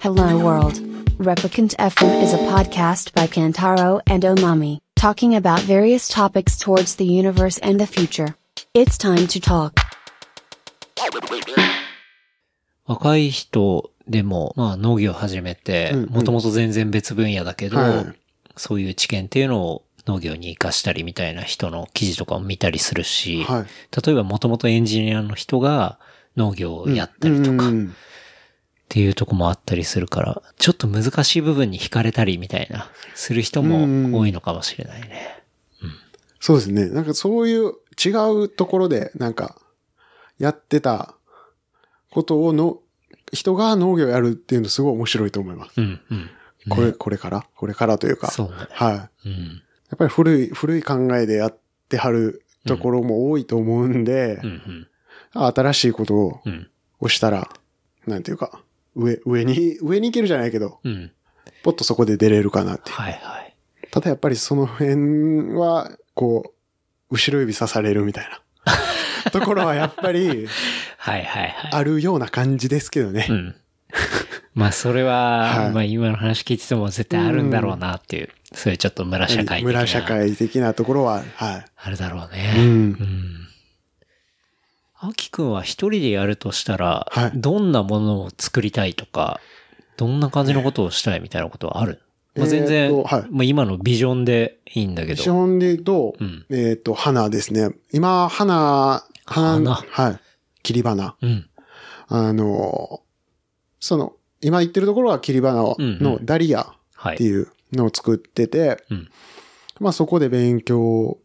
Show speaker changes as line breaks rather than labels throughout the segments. Hello World. Replicant FM is a podcast by Kantaro and Omami, talking about various topics towards the universe and the future. It's time to talk.
若い人でも、まあ農業を始めて
うんうん、
もともと全然別分野だけど、
は
そういう知見っていうのを農業に活かしたりみたいな人の記事とかを見たりするし、
はい。
例えばもともとエンジニアの人が農業をやったりとか
う
っ
ん
ていうとこもあったりするから、ちょっと難しい部分に惹かれたりみたいな、する人
うん
も多いのかもしれないね。
そうですね。なんかそういう違うところで、なんか、やってたことをの、人が農業やるっていうのすごい面白いと思います。
うん、うん。
これ、
ね
これからこれからというか。
そうね。
は
う
い。
ん。
やっぱり古い、古い考えでやってはるところも多いと思うんで、
うん、うん。
新しいことを
うん。
をしたら、なんていうか、上、上に、上に行けるじゃないけど、
うん。
ポッとそこで出れるかなって。
はい、はい。
ただやっぱりその辺は、こう、後ろ指刺されるみたい なところはやっぱり
はい、はい、はい。
あるような感じですけどね
う。ん。 まあ、それは、
はい
まあ、今の話聞いてても絶対あるんだろうなっていう、そういうちょっと村社会的な。
村社。会的なところは、は
あるだろう
い。う。
ね。うんん。あきくんは一人でやるとしたら、
はい
どんなものを作りたいとか、どんな感じのことをしたいみたいなことはある、まあ、全
え
然、
ーっとはい
まあ、今のビジョンでいいんだけ
基
ど。
本で言うと、
うん。
えっと、花ですね。今、花、
花
はい。切り花。
うん。
あの、その、今言ってるところは切り花を
うんうん
のダリアっ
はい。
ていうのを作ってて、
うん
まあそこで勉強、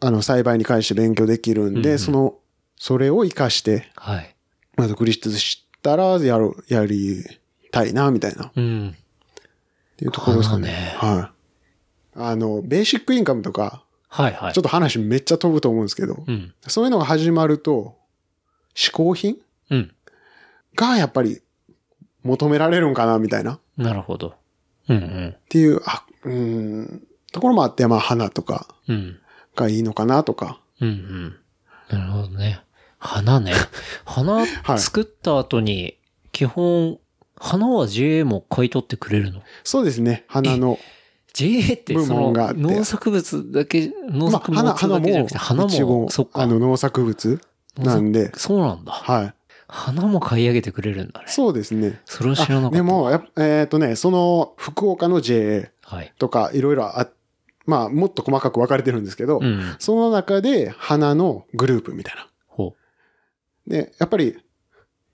あの、栽培に関して勉強できるんで、
うんうん
その、それを活かして、
はい。
まあ独立したらやろう、やりたいな、みたいな、っ
うん。
ていうところですかね。
花
はい。あの、ベーシックインカムとか、
はいはい。
ちょっと話めっちゃ飛ぶと思うんですけど、
うん。
そういうのが始まると、嗜好品
うん。
がやっぱり求められるんかな、みたいな。
なるほど。うんうん
っていう、あ、うーん、ところもあって、まあ、花とか。
うん。
がいいのかなとか。
うんうん。なるほどね。花 ね。花
い
作った後に、基本、花は JA も買い取ってくれるの
そうですね、花の。
?JA って
部
その
門があって
農作物だけ、農
まあ、
作物
花、
だけじゃな
花も
くて、、花
一応
も、そっ
あ
か。
の、農作物なんで、
そうなんだ。
はい。
花も買い上げてくれるんだね。
そうですね。
それを知らなか
あ
った。
でも、やっぱえっ、とね、その、福岡の JA
はい。
とか、いろいろあ、まあ、もっと細かく分かれてるんですけど、
うん。
その中で、花のグループみたいな。
ほ
で、やっぱり、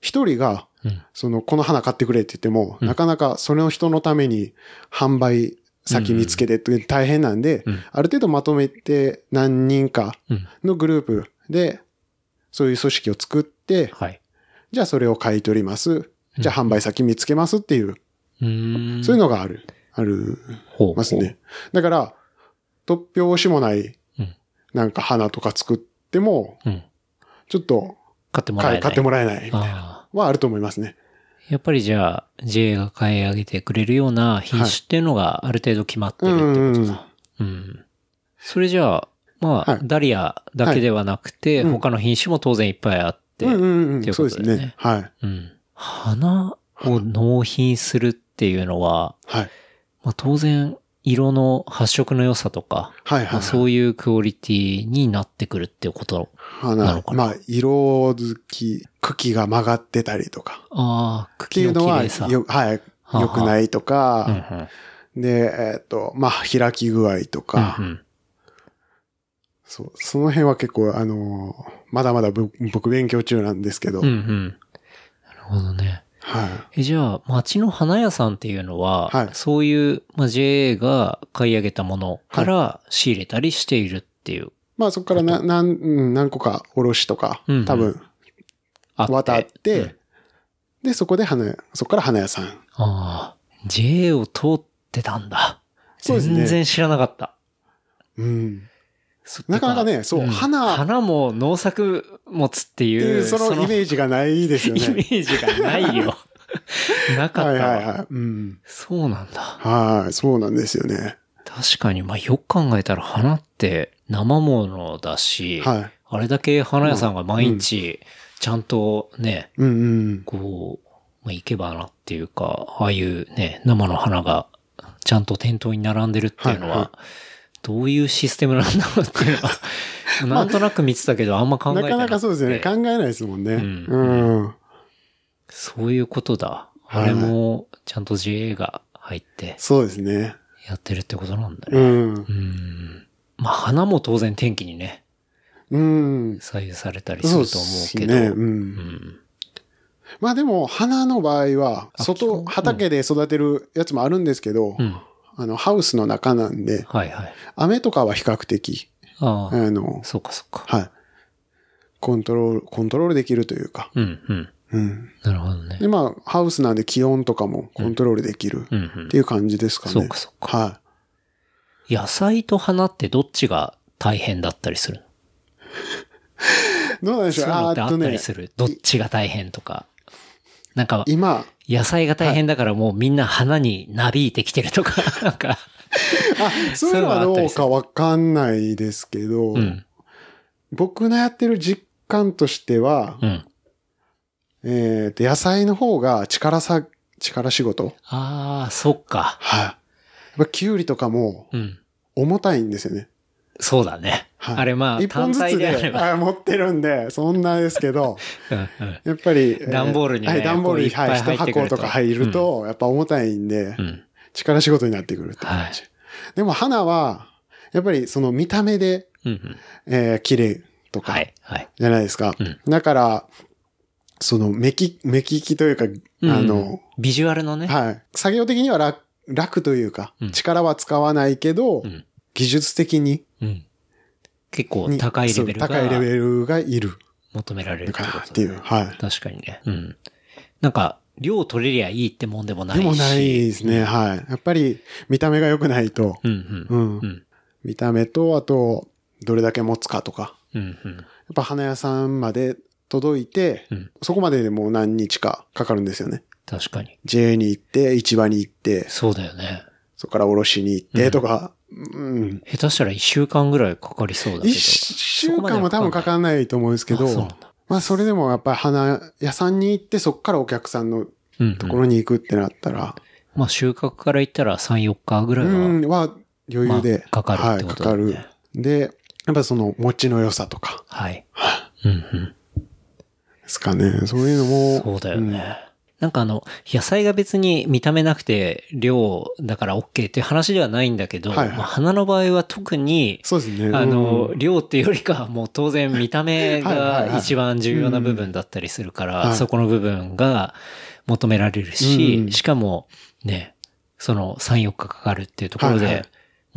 一人が、
う。うん。
その、この花買ってくれって言っても、
うん
なかなかその人のために販売先見つけてって大変なんで、
うん。
ある程度まとめて何人か
うん。
のグループで、そういう組織を作って、
はい。
じゃあそれを買い取ります。じゃあ販売先見つけますっていう、
うーん。
そういう
の、
のがある、ある、
ほう。
ますね。だから、突拍子もない
うん、
なんか花とか作っても、
ほう。うん。
ちょっと
買ってもらえない。
買い買ってもらえない
ああ。
はあると思いますね。
やっぱりじゃあ、JA が買い上げてくれるような品種っていうのがある程度決まって
う
るっ
ん
てこと。
うんうん。
うん。それじゃあ、まあ、
はい
ダリアだけではなくて、
はいうん
他の品種も当然いっぱいあって、
うんうん
ってい
うん。
う
そ
こ
う
と
で
だよ
す
ね
ね。はい。
うん花を納品するっていうのは、
はい。
まあ当然、色の発色の良さとか、
はい
ま
は
あ
い。
そういうクオリティになってくるっていうこと。な
花
の。かな
まあ、色づき、茎が曲がってたりとか。
ああ、
っ
茎
ていう
の
の
綺
は、
麗さ。
よ、はい、
はあ
良くないと
うんう
か、
ん
で、えっ、と、まあ、開き具合とか、
うんうん
そう、その辺は結構、あのーまだまだぶ僕勉強中なんですけど、
うんうん。なるほどね。
はい。
え、じゃあ、町の花屋さんっていうのは、
はい
そういう、まあ、JA が買い上げたものから仕入れたりしているっていう。
まあ、そこからな、なん、うん何個かおろしとか
うんうん、
多分、
あ
渡って、
うん
で、そこで花屋、そこから花屋さん。
ああ、JA を通ってたんだ。
そうですね
全然知らなかった。
うん。
そ
なかなかね
て
そう花
花も農作物って
って
い、
いうう、そのイメージがないですよ
イメ
ね。
ージがない よ。なかった
は
わ
いはいはい。うん。
そうなんだ。
はい、そうなんですよね。
確かに、まあ、よく考えたら花って生物だし、
はい。
あれだけ花屋さんが毎日、ちゃんとね、
うんうん。
こう、まあ、いけばなっていうか、ああいうね、生の花がちゃんと店頭に並んでるっていうの
はいは
は、どういうシステムなんだろうっていうの は、なんとなく見てたけど、あんま考えて
な
な
かなかそうですよね。
くて
考えないですもんね。
ん
うん。
そういうことだ。
はい
あれも、ちゃんと JA が入って
そうですね。
やってるってことなんだ
う
ね。
ん
う。ん。まあ、花も当然天気にね、
うん。
左右されたりす
そう
る
で
と思う
す
け
ね。
ど。
う。
うんん。
まあでも、花の場合は、
あ基本う
外、
ん
畑で育てるやつもあるんですけど
う、ん。
あの、ハウスの中なんで、
はいはい。
雨とかは比較的、
ああ、
あの、
そうかそうか。
はい。コントロール、コントロールできるというか。
うんうん。
うん。
なるほどね
で、。まあ、ハウスなんで気温とかもコントロールできる
うんうん
ってい。う感じですかね。
そうかそうか。
は
野菜と花ってどっちが大変だったりするの
い。どうなんでし
そう
ょ
いううの
あ
って
ー
あ
っと
った
ね
り、する。どっちが大変とか。なんか、
今、
野菜が大変だからもうみんな花になびいてきてるとか、 なんか。
あ、そういうのはどうかわかんないですけど、
うん。
僕のやってる実感としては、
うん。
えっ、と、野菜の方が力さ、力仕事
ああ、そっか。
はい。やっぱキュウリとかも
うん。
重たいんですよね。
そうだね。
はい
あれまあ、
一
単
本ず
体
つ
であ
で
れば。
あ持ってるんで、そんなですけど、
うんうん
やっぱり、え ー
段ボールにね
はい、段ボールに、
こういっ
は
ぱ
い、
い入
一
ってく
箱
ると
とか入ると、やっぱ重たいんで
う、ん。
力仕事になってくるって感じ。でも花は、やっぱりその見た目で、
うんうん。
えー綺麗とか
は、い。はい。
じゃないですか。
うん
だから、その目利き、目利きというか、
うん
あの、、
ビジュアルのね。
はい。作業的には楽、楽というか、
うん
力は使わないけど、
うん
技術的に
うん。結構
に
高いレベル
そう高いレ
が
ベルがいる
求められるってこ
か
と
って
だ
い
ね
う。はい。
確かにね。うん。なんか、量取れりゃいいってもんでもない
で
し。
もないですね。はい。やっぱり、見た目が良くないと、
うん
う
うん。
ん。
うん。
見た目と、あと、どれだけ持つかとか。
うんうん。
やっぱ花屋さんまで届いて、
うん
そこまででもう何日かかかるんですよね。
確かに。
JA に行って、市場に行って、
そうだよね。
そこからおろしに行ってとか、うん。
下手したら一週間ぐらいかかりそうだけど。
一、週間も多分かかんないと思うんですけ
あ
ど、
そうなんだ。
まあそれでもやっぱり花屋さんに行って、そこからお客さんの
うん、うん。
ところに行くってなったら、
まあ収穫から言ったら3、4日ぐら
う
いは。
ん、は余裕で、
まあかかるってことだよね
はい、かかる。で、やっぱその餅の良さとか
はい。うんうん。
ですかね。そういうのも。
そうだよね。なんかあの、野菜が別に見た目なくて量だから OK っていう話ではないんだけど、
はいはい
まあ、花の場合は特に
うん。、そうですね。
あの、
うん
量っていうよりかはもう当然見た目
はいはいは
が
い
一番重要な部分だったりするから、
はい
そこの部分が求められるし、
うん
しかもね、その3、4日かかるっていうところで、
はいはい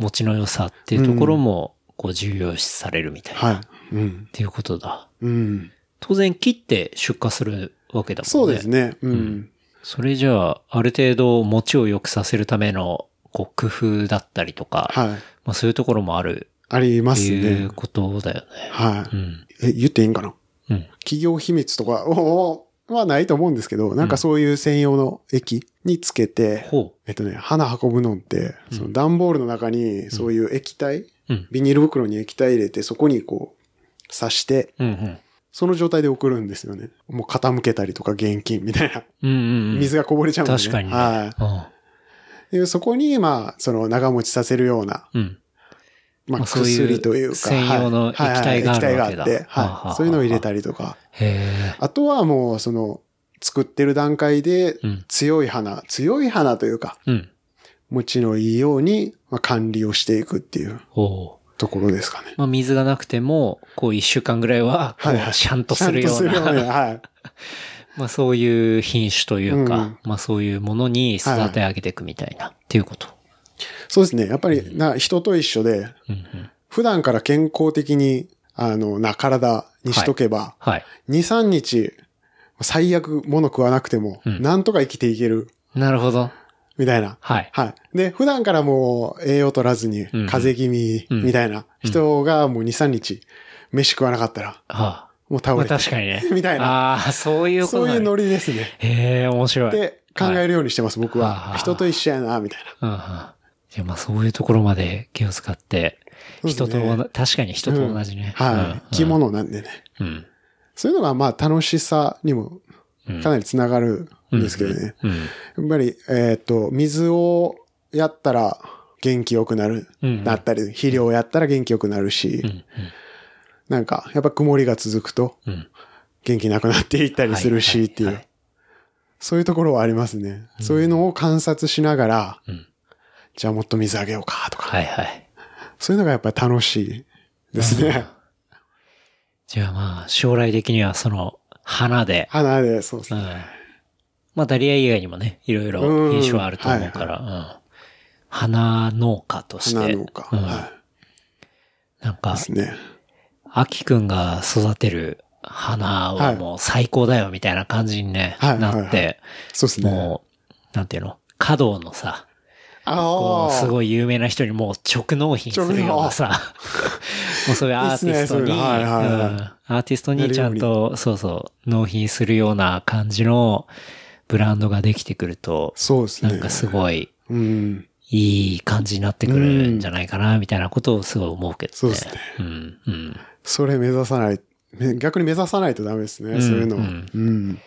持ちの良さっていうところも、こう重要視されるみたいな、っ
はい。うん。
ていうことだ。
うん。
当然切って出荷するわけだもんね。
そうですね。うん。
んそれじゃあ、ある程度持ちを良くさせるための、こう、工夫だったりとか、
はい。
まあそういうところもある
ありま
って
す
い
ね
う。ことだよね。
は
う
い。
ん。
え、言っていいんかな
うん。
企業秘密とかおおはないと思うんですけど、なんかそういう専用の液につけて、
ほ
えっとね、花運ぶのって、
うん
その段ボールの中にそういう液体、
う。うん。
ビニール袋に液体入れて、そこにこう、刺して、
うんうん。
その状態で送るんですよね。もう傾けたりとか現金みたいな。
うんうんうん。
水がこぼれちゃうんで、ね
確かにね。
ははい。で、そこに、まあ、その長持ちさせるような、
うん。うん。
ま
ま
あ、
あそういう
薬というか、
専用の液体がある
はいはいはい
わけだ
液体があっ
はあ
て、
はあは
は
あ
い。そういうのを入れたりとか。
へ
あとはもう、その、作ってる段階で
え。うん。
強い花、強い花というか、
うん。
持ちのいいように、まあ、管理をしていくっていう
おお
ところですかね
ー。。まあ水がなくても、こう一週間ぐらいは、こ
はいは
う
い
シャンとするよう
ちゃんとするよう
な、
にはい。
まあそういう品種という
う
か
ん、
まあそういうものに育て上げていくみたいな、っていうこと。
そうですね。やっぱり、な、人と一緒で、
うんうん。
普段から健康的に、あの、な、体にしとけば、
はい。
2、3日、最悪物食わなくても、
うん
なんとか生きていける、
なるほど。
みたいな。
はい。
はい。で、普段からもう栄養取らずに、
ん
風邪気味、
うん
みたいな人がもう2、3日、飯食わなかったら、
は
もう
あ。
倒
まあ
れて、
確かにね。
みたいな。
ああ、そういうこと
そう
だ
いう
ね
ノリですね。
へえ、面白い。
で、考えるようにしてます、僕
はあは
は。
あ
人と一緒やな、みたいな。
うんうん。いや、まあそういうところまで気を使って、
そ
人
うですね
と同じ、確かに人と同じね。うん
はい。着。物なんでね。
うん。
そういうのがまあ楽しさにも
うん
かなりつながる
うん
ですけどね。
うん。
やっぱり、えっ、と、水をやったら元気よくなる、
うん
なったり、肥料をやったら元気よくなるし、
うん。
なんか、やっぱ曇りが続くと
うん。
元気なくなっていったりするしっていう、
はいはいはい
そういうところはありますね。そういうのを観察しながら、
うん
じゃあもっと水あげようかとか、
はいはい。
そういうのがやっぱり楽しいですね。
じゃあまあ、将来的にはその、花で、
花で、そうです
うん
ね。。
まあ、ダリア以外にもね、いろいろ品種はあると思うから、うん。花農家として。
花農家。
うん
は
なん
い。
か
で、すね。
アキくんが育てる花はもう最高だよみたいな感じにね、
はい
なっ
はい
て、
そうですね。
もう、なんていうの華道のさ、
あ
こ
あ。
うすごい有名な人にもう直納品するようなさ、 もうそういうアーティストに、
いいっすねそういうのはいはいはい
うんアーティストにちゃんと、そうそう、納品するような感じのブランドができてくると、
そうですね。
なんかすごい
うん。
いい感じになってくるんじゃないかな、みたいなことをすごい思うけどね。
そうですね。
うん、うん。
それ目指さない。め逆に目指さないとダメですね。
うん
そういうの。
う
うんん。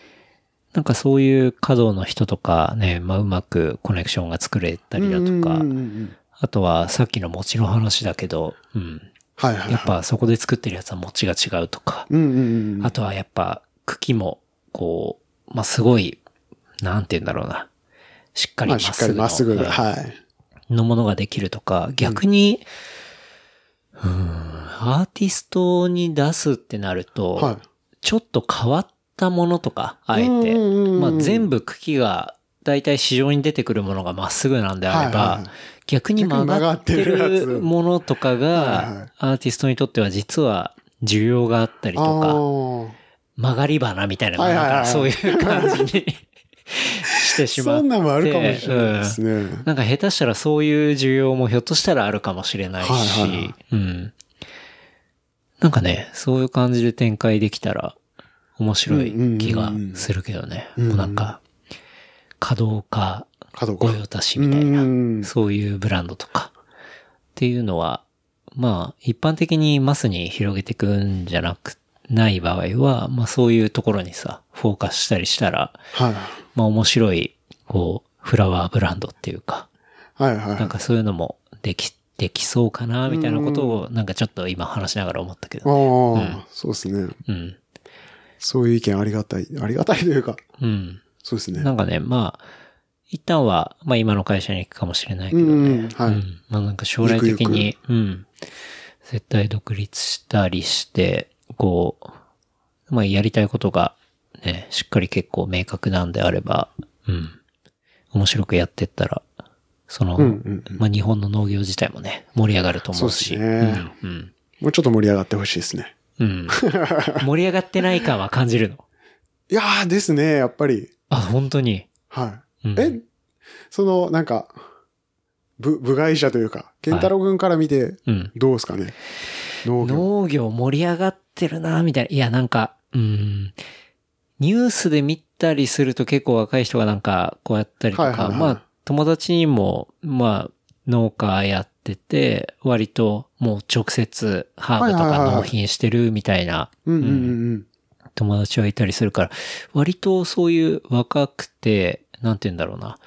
なんかそういう稼働の人とかね、まあうまくコネクションが作れたりだとか、
うんうんうんうん
あとはさっきの餅の話だけど、うん。
はいはい
やっ
はい。
ぱそこで作ってるやつは餅が違うとか、
うんうんうん。
あとはやっぱ茎も、こう、まあすごい、なんて言うんだろうな。しっかり
ま
まっ
あし
す
っか
ぐ
り
の,、
まっすぐで。はい。
のものができるとか、逆に、うん、アーティストに出すってなると、
は
ちょっと変わったものとか、あえて、
うんうんうん
まあ、全部茎が、だいたい市場に出てくるものがまっすぐなんで
い。
あ
は
れ
い
ば、
はい。
逆に曲がって
逆に曲がってる
る
やつ
ものとか
はいは
が
い、
アーティストにとっては実は需要があったりとか、曲がり花みたいな、
はいはいはい
なんかそういう感じにして
あ
し
ー
ま
そ。
うん
なんもあるかもしれないですね。
なんか下手したらそういう需要もひょっとしたらあるかもしれないし、
はいはいはい
うん。なんかね、そういう感じで展開できたら面白い気がするけどね。
うんうんうん
もうなんか、稼働家
加藤
御
君。
用達みたいな、
うん
そういうブランドとかっていうのは、まあ一般的にマスに広げていくんじゃなく、ない場合は、まあそういうところにさ、フォーカスしたりしたら、
はい。
まあ面白い、こう、フラワーブランドっていうか、
はいはい。
なんかそういうのもでき、できそうかな、みたいなことを、なんかちょっと今話しながら思ったけ
あ
ど。
あ、そうですね。
うん。
そういう意見ありがたい。ありがたいというか、
うん。
そうですね
な。んかね、まあ、一旦は、まあ今の会社に行くかもしれないけ
う
どね。
んうん。は
う
い。
ん。まあなんか将来的に、
ゆ
うん。絶対独立したりして、こう、まあやりたいことが、ね、しっかり結構明確なんであれば、うん。面白くやってったら、その、
うんうんうん
まあ日本の農業自体もね、盛り上がると思うし。
そうですね
うんうん
もうちょっと盛り上がってほしいですね。
うん。盛り上がってない感は感じるの。
いやーですね、やっぱり。
あ、本当に。
はい。
うん
え、その、なんか、部、部外者というか、健太郎君から見て、
うん。
どうですかね、農業。
農業盛り上がってるな、みたいな。いや、なんか、うん。ニュースで見たりすると結構若い人がなんか、こうやったりとか、
はいはいはい
まあ、友達にも、まあ、農家やってて、割ともう直接ハーブと
はいはいはい
か
はい
納品してるみたいな
うんうんうん
友達はいたりするから、割とそういう若くて、なんて言うんだろうな。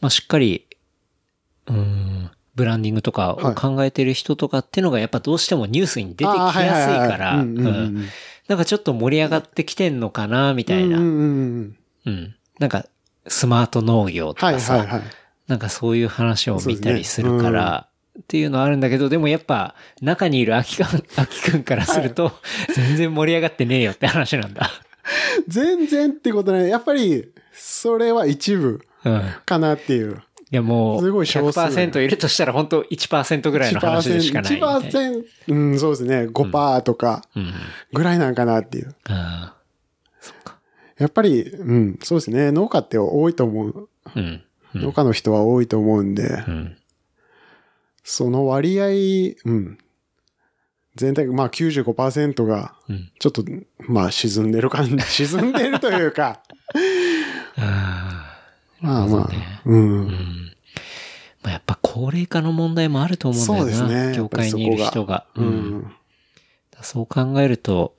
まあ、しっかり、うーん、ブランディングとかを考えてる人とかってのがやっぱどうしてもニュースに出てき
あ
や
ー
すい
はいはいはい
から、う
うんうんうんうん
んなんかちょっと盛り上がってきてんのかな、み
うん。
たいな。
う
うんん。
うんうん。
なんか、スマート農業と
はい
かさ、
はいはい。
なんかそういう話を見たりするから、っていうのはあるんだけど、でもやっぱ中にいる秋くん、秋くんからすると、全然盛り上がってねえよって話なんだ。
全然ってことない。やっぱり、それは一部
うん。
かなっていう。
いやもう、
すごい少数
100%いるとしたら本当1%ぐらいの話でしかないみたいな。
1%、うん、そうですね。5%とか
うん。
ぐらいなんかなっていう。
あそっか。
やっぱり、うん、そうですね。農家って多いと思う。
うん。うん
農家の人は多いと思うんで
う、ん。
その割合、うん。全体、まあ95%が、
うん。
ちょっと、まあ沈んでる 感じ、沈んでるというか、
あ
まあま
そうね
あ、
あ。
う。
うんん。まあやっぱ高齢化の問題もあると思うんだよな。
そうですね
業界にいる
やっぱり
人
そ
が。
う
うん
ん。
そう考えると、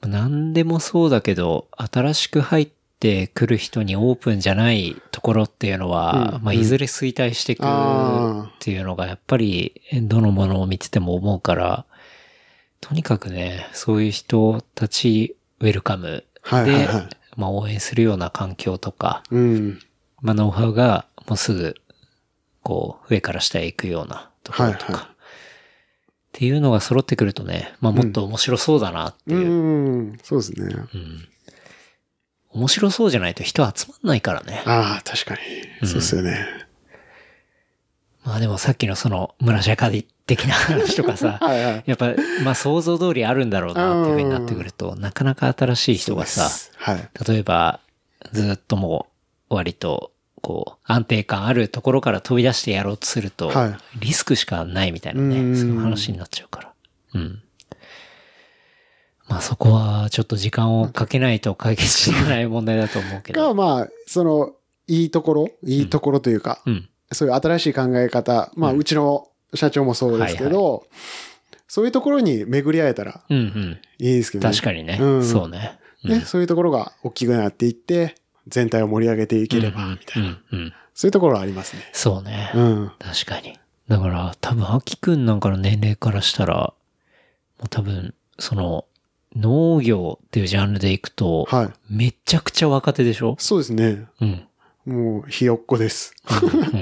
何でもそうだけど、新しく入ってくる人にオープンじゃないところっていうのは、
うん
まあ、
うん
いずれ衰退していく
あー
っていうのが、やっぱり、どのものを見てても思うから、とにかくね、そういう人たち、ウェルカムで、
はいはいはい
まあ、応援するような環境とか、
うん。
まあ、ノウハウがもうすぐ、こう、上から下へ行くようなところとか、
はいはい
っていうのが揃ってくるとね、まあ、もっと面白そうだなって
う
いう、
ん。そうですね。
うん面白そうじゃないと人集まんないからね。
ああ、確か
うん
に。そうですよね。
まあでもさっきのその村社会的な話とか さ、
はいはい。
やっぱまあ想像通りあるんだろうなっていうふうになってくると、なかなか新しい人がさ、
はい。
例えばずっともう割とこう安定感あるところから飛び出してやろうとすると
は、
リスクしかないみたいな
う
ね、
ん
そういう話になっちゃうから。うん。まあそこはちょっと時間をかけないと解決しない問題だと思うけど。
が、まあ、その、いいところ、いいところというか、
うん。
そういう新しい考え方、まあ、
うん
うちの社長もそうですけど、そういうところに巡り合えたら
うんうん。
いいですけどね。
確かにね。
うん
そうね。うん
ね、そういうところが大きくなっていって、全体を盛り上げていければ、みたいな、
うんうんうん。
そういうところはありますね。
そうね。
うん。
確かに。だから、多分、秋くんなんかの年齢からしたら、もう多分、その、農業っていうジャンルでいくと、
はい。
めちゃくちゃ若手でしょ
そうですね。
うん。
もう、ひよっこです。
うん。 うんだか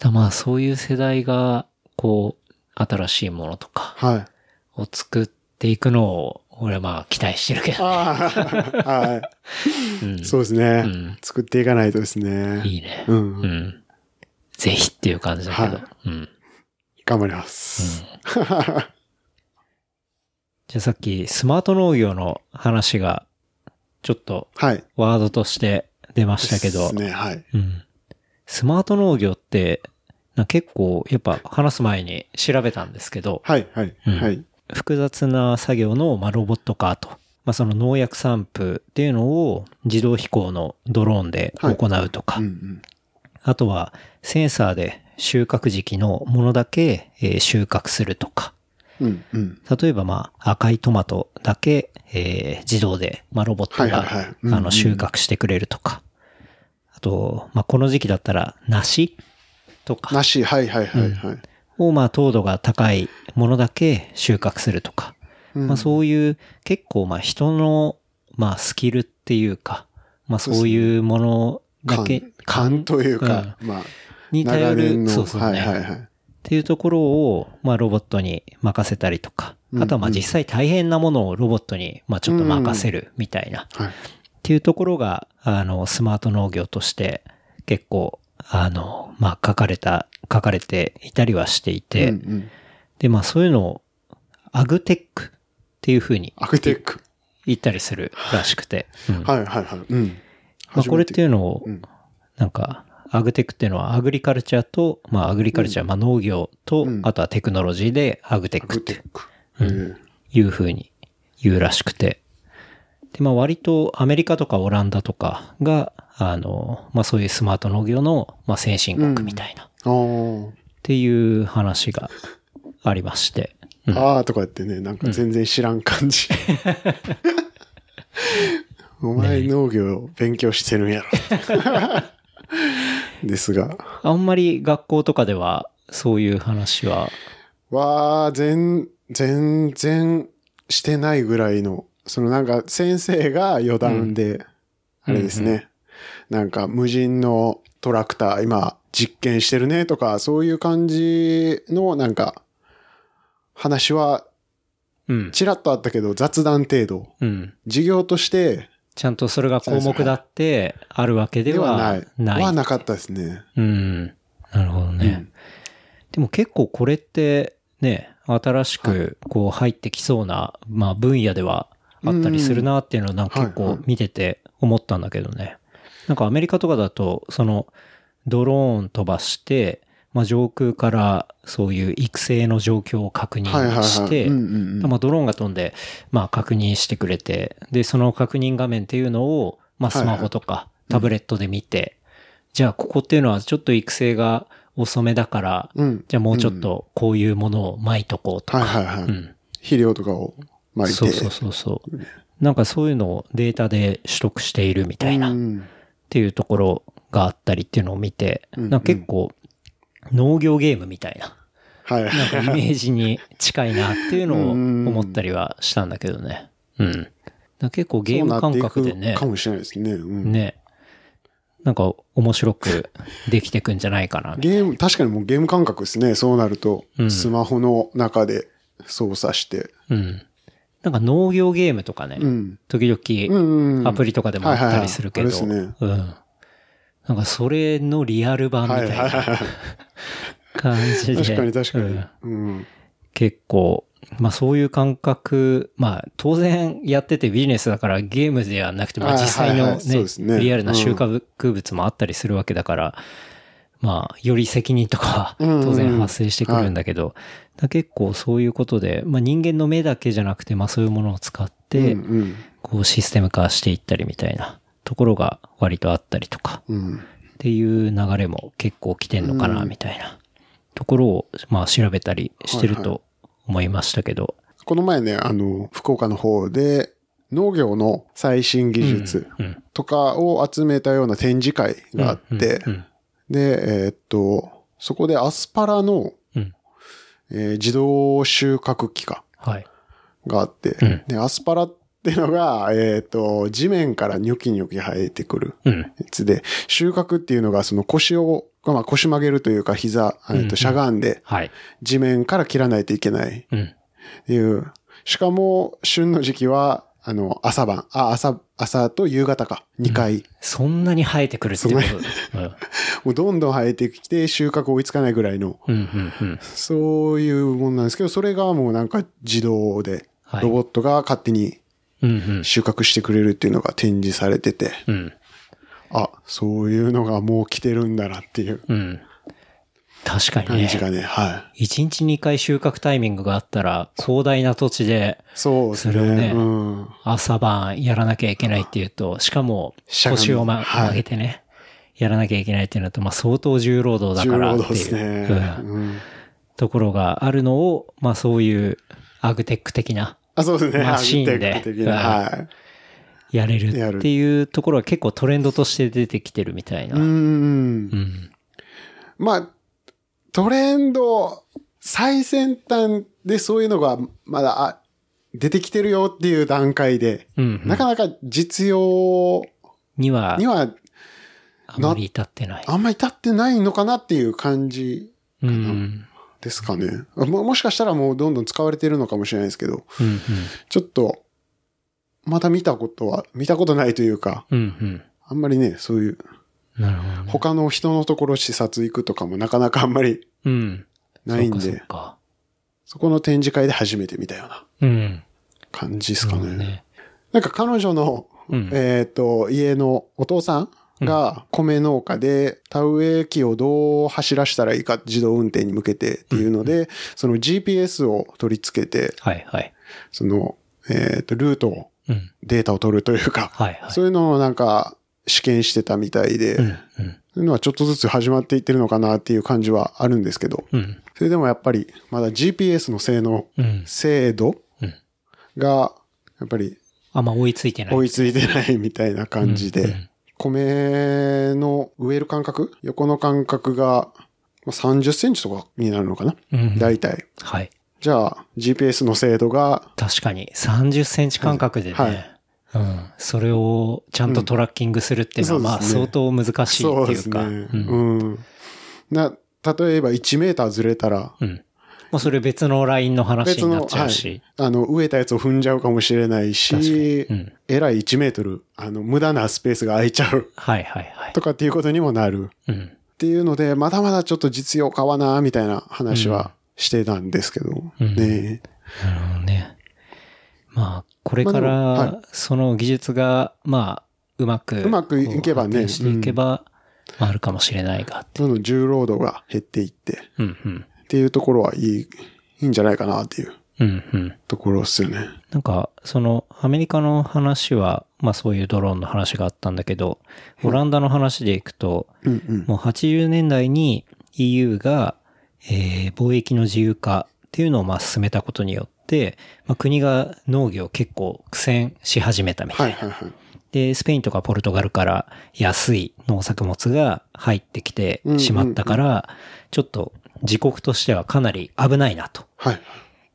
らまあ、そういう世代が、こう、新しいものとか
はい。
を作っていくのを、俺はまあ、期待してるけど。
ああ、 は
うん
い。そうですね、
うん
作っていかないとですね。
いいね。
うん
うん。ぜひっていう感じだけど。
はい
うん。
頑張ります。
じゃあさっきスマート農業の話がちょっと
はい。
ワードとして出ましたけど、
ですね、はい。
うん、スマート農業ってな結構やっぱ話す前に調べたんですけど、
はい、はい、
うん
はい。
複雑な作業の、まあ、ロボット化と、まあ、その農薬散布っていうのを自動飛行のドローンで行うとか、
うんうん。
あとはセンサーで収穫時期のものだけ、えー収穫するとか、
うん、うん。
例えばまあ赤いトマトだけ、えー自動で、まあ、ロボット
はい
が
はいはいうんうん
あの収穫してくれるとか、あと、まあ、この時期だったら梨とか
なし、はい、はい、はい、はい。
をまあ糖度が高いものだけ収穫するとか、
うん
まあ、そういう結構まあ人のまあスキルっていうか、まあ、そういうものだけ
勘勘というか、まあ、
に頼
長年
る
の
そうそうね、
はい、はい、はい。
っていうところを、まあ、ロボットに任せたりとか
う、ん
あとはまあ
うん
実際大変なものをロボットに、まあ、ちょっと任せるみたいな、っ
はい。
ていうところが、あの、スマート農業として結構、あの、まあ、書かれた、書かれていたりはしていて、
うんうん、
で、まあ、そういうのを、アグテックっていうふうに
アクテック。
言ったりするらしくて、うん
はい、はい、はい。うん。
まあ、これっていうのを
うん、
なんか、アグテックっていうのはアグリカルチャーと、まあアグリカルチャー、まあ農業と
う、ん
あとはテクノロジーでアグテッ
ア
クっ
ク
て
テック。うん
いう風に言うらしくて。で、まあ割とアメリカとかオランダとかが、あの、まあそういうスマート農業の、まあ先進国みたいな、っ
あー
ていう話がありまして。うん
あーとか言ってね、なんか全然知らん感じ。お前農業勉強してるんやろ。ですが。
あんまり学校とかではそういう話は、
わあ、全、全然してないぐらいの、そのなんか先生が余談で、あれですね、なんか無人のトラクター今実験してるねとか、そういう感じのなんか話は
うん。
ちらっとあったけど雑談程度。
うん。
授業として
ちゃんとそれが項目だってあるわけで
ではな。
はいない。
はなかったですね。
うん。なるほどね。でも結構これってね、新しくこう入ってきそうな、まあ分野ではあったりするなっていうのをなんか結
はい
構
はい
見てて思ったんだけどね。なんかアメリカとかだと、そのドローン飛ばして、まあ上空からそういう育成の状況を確認
はいはい
し
は
て、
い。うんうんうん
まあ、ドローンが飛んで、まあ、確認してくれて、で、その確認画面っていうのを、まあ、スマホとかタブレットで見て、じゃあ、ここっていうのはちょっと育成が遅めだから、
うん。
じゃあもうちょっとこういうものをまいとこうと
はい
か。
はいはい。
うん。
肥料とかを巻いて。
そうそうそうそう。なんかそういうのをデータで取得しているみたいな
う
っ
ん
ていうところがあったりっていうのを見て、
うん
なんか結構農業ゲームみたい な、
はい。
なんかイメージに近いなっていうのを
うん
思ったりはしたんだけどね。うん。だから結構ゲー
そうな
ム
っ
感
てい
覚
く
でね、
かもしれないですね。うん
ね、なんか面白くできてくんじゃないかな。
ゲーム、確かにもうゲーム感覚ですね。そうなると
う、ん
スマホの中で操作して。
うん。なんか農業ゲームとかね、
うん。
時
う
々
ん、うん。
アプリとかでもあったりするけど、
はいはいはいあれですね
うん。なんかそれのリアル版みたい
はいはい
な
はい
感じで。
確かに確か
う
に
ん。
うん。
結構、まあそういう感覚、まあ当然やっててビジネスだからゲームではなくて、まあ
はい
実際のね、
はいはいそうですね
リアルな収穫物もあったりするわけだから、まあより責任とかは
うんうんうん
当然発生してくるんだけど、だから結構そういうことで、まあ人間の目だけじゃなくて、まあそういうものを使って、
うんうん
こうシステム化していったりみたいなところが割とあったりとか、
うん。
っていう流れも結構来てんのかな、みたいなところを、まあ調べたりしてると思いましたけど。
この前ね、あの、福岡の方で、農業の最新技術
うん。
とかを集めたような展示会があって
う、ん。
で、えーっと、そこでアスパラの、
うん。
えー自動収穫機か
はい。
があって、
うん
で、アスパラってのが、えーっと、地面からニョキニョキ生えてくる
うん。
やつで、収穫っていうのがその腰を、まあ、腰曲げるというか膝、えー
う
っ
ん
としゃがんで
はい。
地面から切らないといけない
うん。
っていう。しかも、旬の時期は、あの、朝晩、あ、朝、朝と夕方か、2回。
そんなに生えてくるっていうことうん
もうどんどん生えてきて、収穫追いつかないぐらいの、
うん。うん。うん。
そういうもんなんですけど、それがもうなんか自動で、
はい
ロボットが勝手に
うん。
収穫してくれるっていうのが展示されてて、
うん。うん。
あ、そういうのがもう来てるんだなっていう
うん。確かに
感じ
ね。
がね、はい。
一日二回収穫タイミングがあったら、広大な土地で
そうですね。
それをね
うん。
朝晩やらなきゃいけないっていうと、しかも
しゃがみ
腰をま
はい
曲げてね、やらなきゃいけないっていうのと、まあ相当重労働だから
重
っ
労
て
働です
い
ね
う。うん
うん
ところがあるのを、まあそういうアグテック的な
あ、そうですね。
マシーンで
アグテック的なはい。
やれる
やる
っていうところは結構トレンドとして出てきてるみたいな。
う
うん。
ん。まあ、トレンド、最先端でそういうのがまだあ出てきてるよっていう段階で、
うん、
なかなか実用
には
に、は
あまり至ってない。
あんまり至ってないのかなっていう感じ
うん。うん。
ですかね。ももしかしたらもうどんどん使われてるのかもしれないですけど、
うん。
ちょっと、まだ見たことは、見たことないというか、
うん。うん。
あんまりね、そういう、
なるほどね。
他の人のところ視察行くとかもなかなかあんまり
うん。
ないんで、
そうか
そ
そうか。
この展示会で初めて見たような
うん。
感じですか
そうだね。
なんか彼女の、
うん
えっ、と、家のお父さんが米農家で、田植え機をどう走らしたらいいか、自動運転に向けてっていうので、その GPS を取り付けて、
はいはい。
その、えっ、と、ルートを、
うん。
データを取るというか、
はいはい。
そういうのをなんか、試験してたみたいで、
う
そ
ん。うん。
ういうのはちょっとずつ始まっていってるのかなっていう感じはあるんですけど、
うん。
それでもやっぱり、まだ GPS の性能、
うん。
精度
うん
が、やっぱり
あんま追いついてない。
追いついてないみたいな感じで、
うんうん
米の植える間隔横の間隔がまあ30センチとかになるのかな、
うん
大体。
はい。
じゃあ GPS の精度が、
確かに、30センチ間隔でね、
はい
うん、それをちゃんとトラッキングするっていうのは、
うん
まあ、
そ
相
うです
当難しい
そう
って
で
い
す
う
ね。
か、うん
うん。な、例えば1メーターずれたら、
うんもうそれ別のラインの話
別
にな
の、
っちゃ
は
うし
い、、あの、植えたやつを踏んじゃうかもしれない
確かに
し、
うん
えらい1メートル、あの、無駄なスペースが空いちゃう
はいはいはい
と。かっていうことにもなる。
うん、
っていうので、まだまだちょっと実用化はな、みたいな話はしてたんですけど、
うん
ね
なるほどね。まあ、これか
まあでも
ら、その技術が、まあ、うまく、
うまくいけばね
こう発展していけば、まああるかもしれないが、
どんどん重労働が減っていって、
うんうん、
っていうところはいい、いいんじゃないかなっていう
うんうん。
ところですよね。
なんか、その、アメリカの話は、まあそういうドローンの話があったんだけど、オランダの話でいくと、
うんうん。
もう80年代に EU が、えー貿易の自由化っていうのをまあ進めたことによっって、まあ、国が農業を結構苦戦し始めたみたいな。
はいはいはい。
で、スペインとかポルトガルから安い農作物が入ってきてしまったから、ちょっと自国としてはかなり危ないなと。
はい。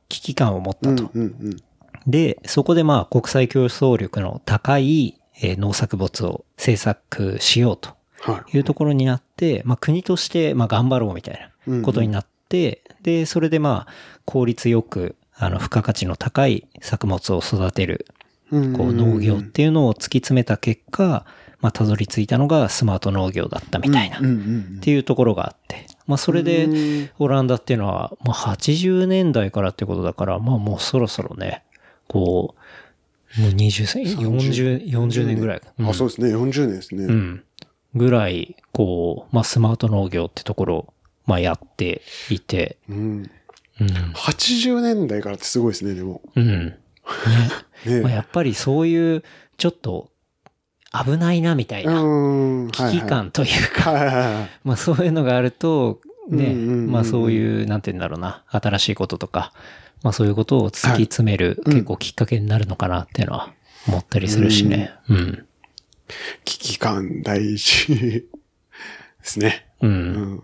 危機感を持っ
う
た
ん
と。
うんうん。
で、そこでまあ国際競争力の高い、えー農作物を制作しようと
は
いうところになって、まあ国としてまあ頑張ろうみたいなことになって、で、それでまあ効率よく、あの、付加価値の高い作物を育てる
い。んん
こう農業っていうのを突き詰めた結果、まあ、たどり着いたのがスマート農業だったみたいな、
うんう
っ
ん
ていうところがあって、まあ、それ
う
で
ん、
オランダっていうのは、まあ、80年代からってことだから、まあ、もうそろそろね、こう、もう20歳、40、40年ぐらい。
うん。あ、そうですね。40年です
う
ね。
ん。ぐらい、こう、まあ、スマート農業ってところを、まあ、やっていて、
うん。
うん。
80年代からってすごいですね、でも。
うん。まあ、
ね。
やっぱりそういう、ちょっと、危ないな、みたいうな。
ん。
危機感というか、
はいはい。はいはいはい。
まあそういうのがあると、ね、
うんうんうんうん
まあそういう、なんて言うんだろうな、新しいこととか、まあそういうことを突き詰める、
うん
結構きっかけになるのかなっていうのは思ったりするしね。うん。
危機感大事ですね。
うん。
うん。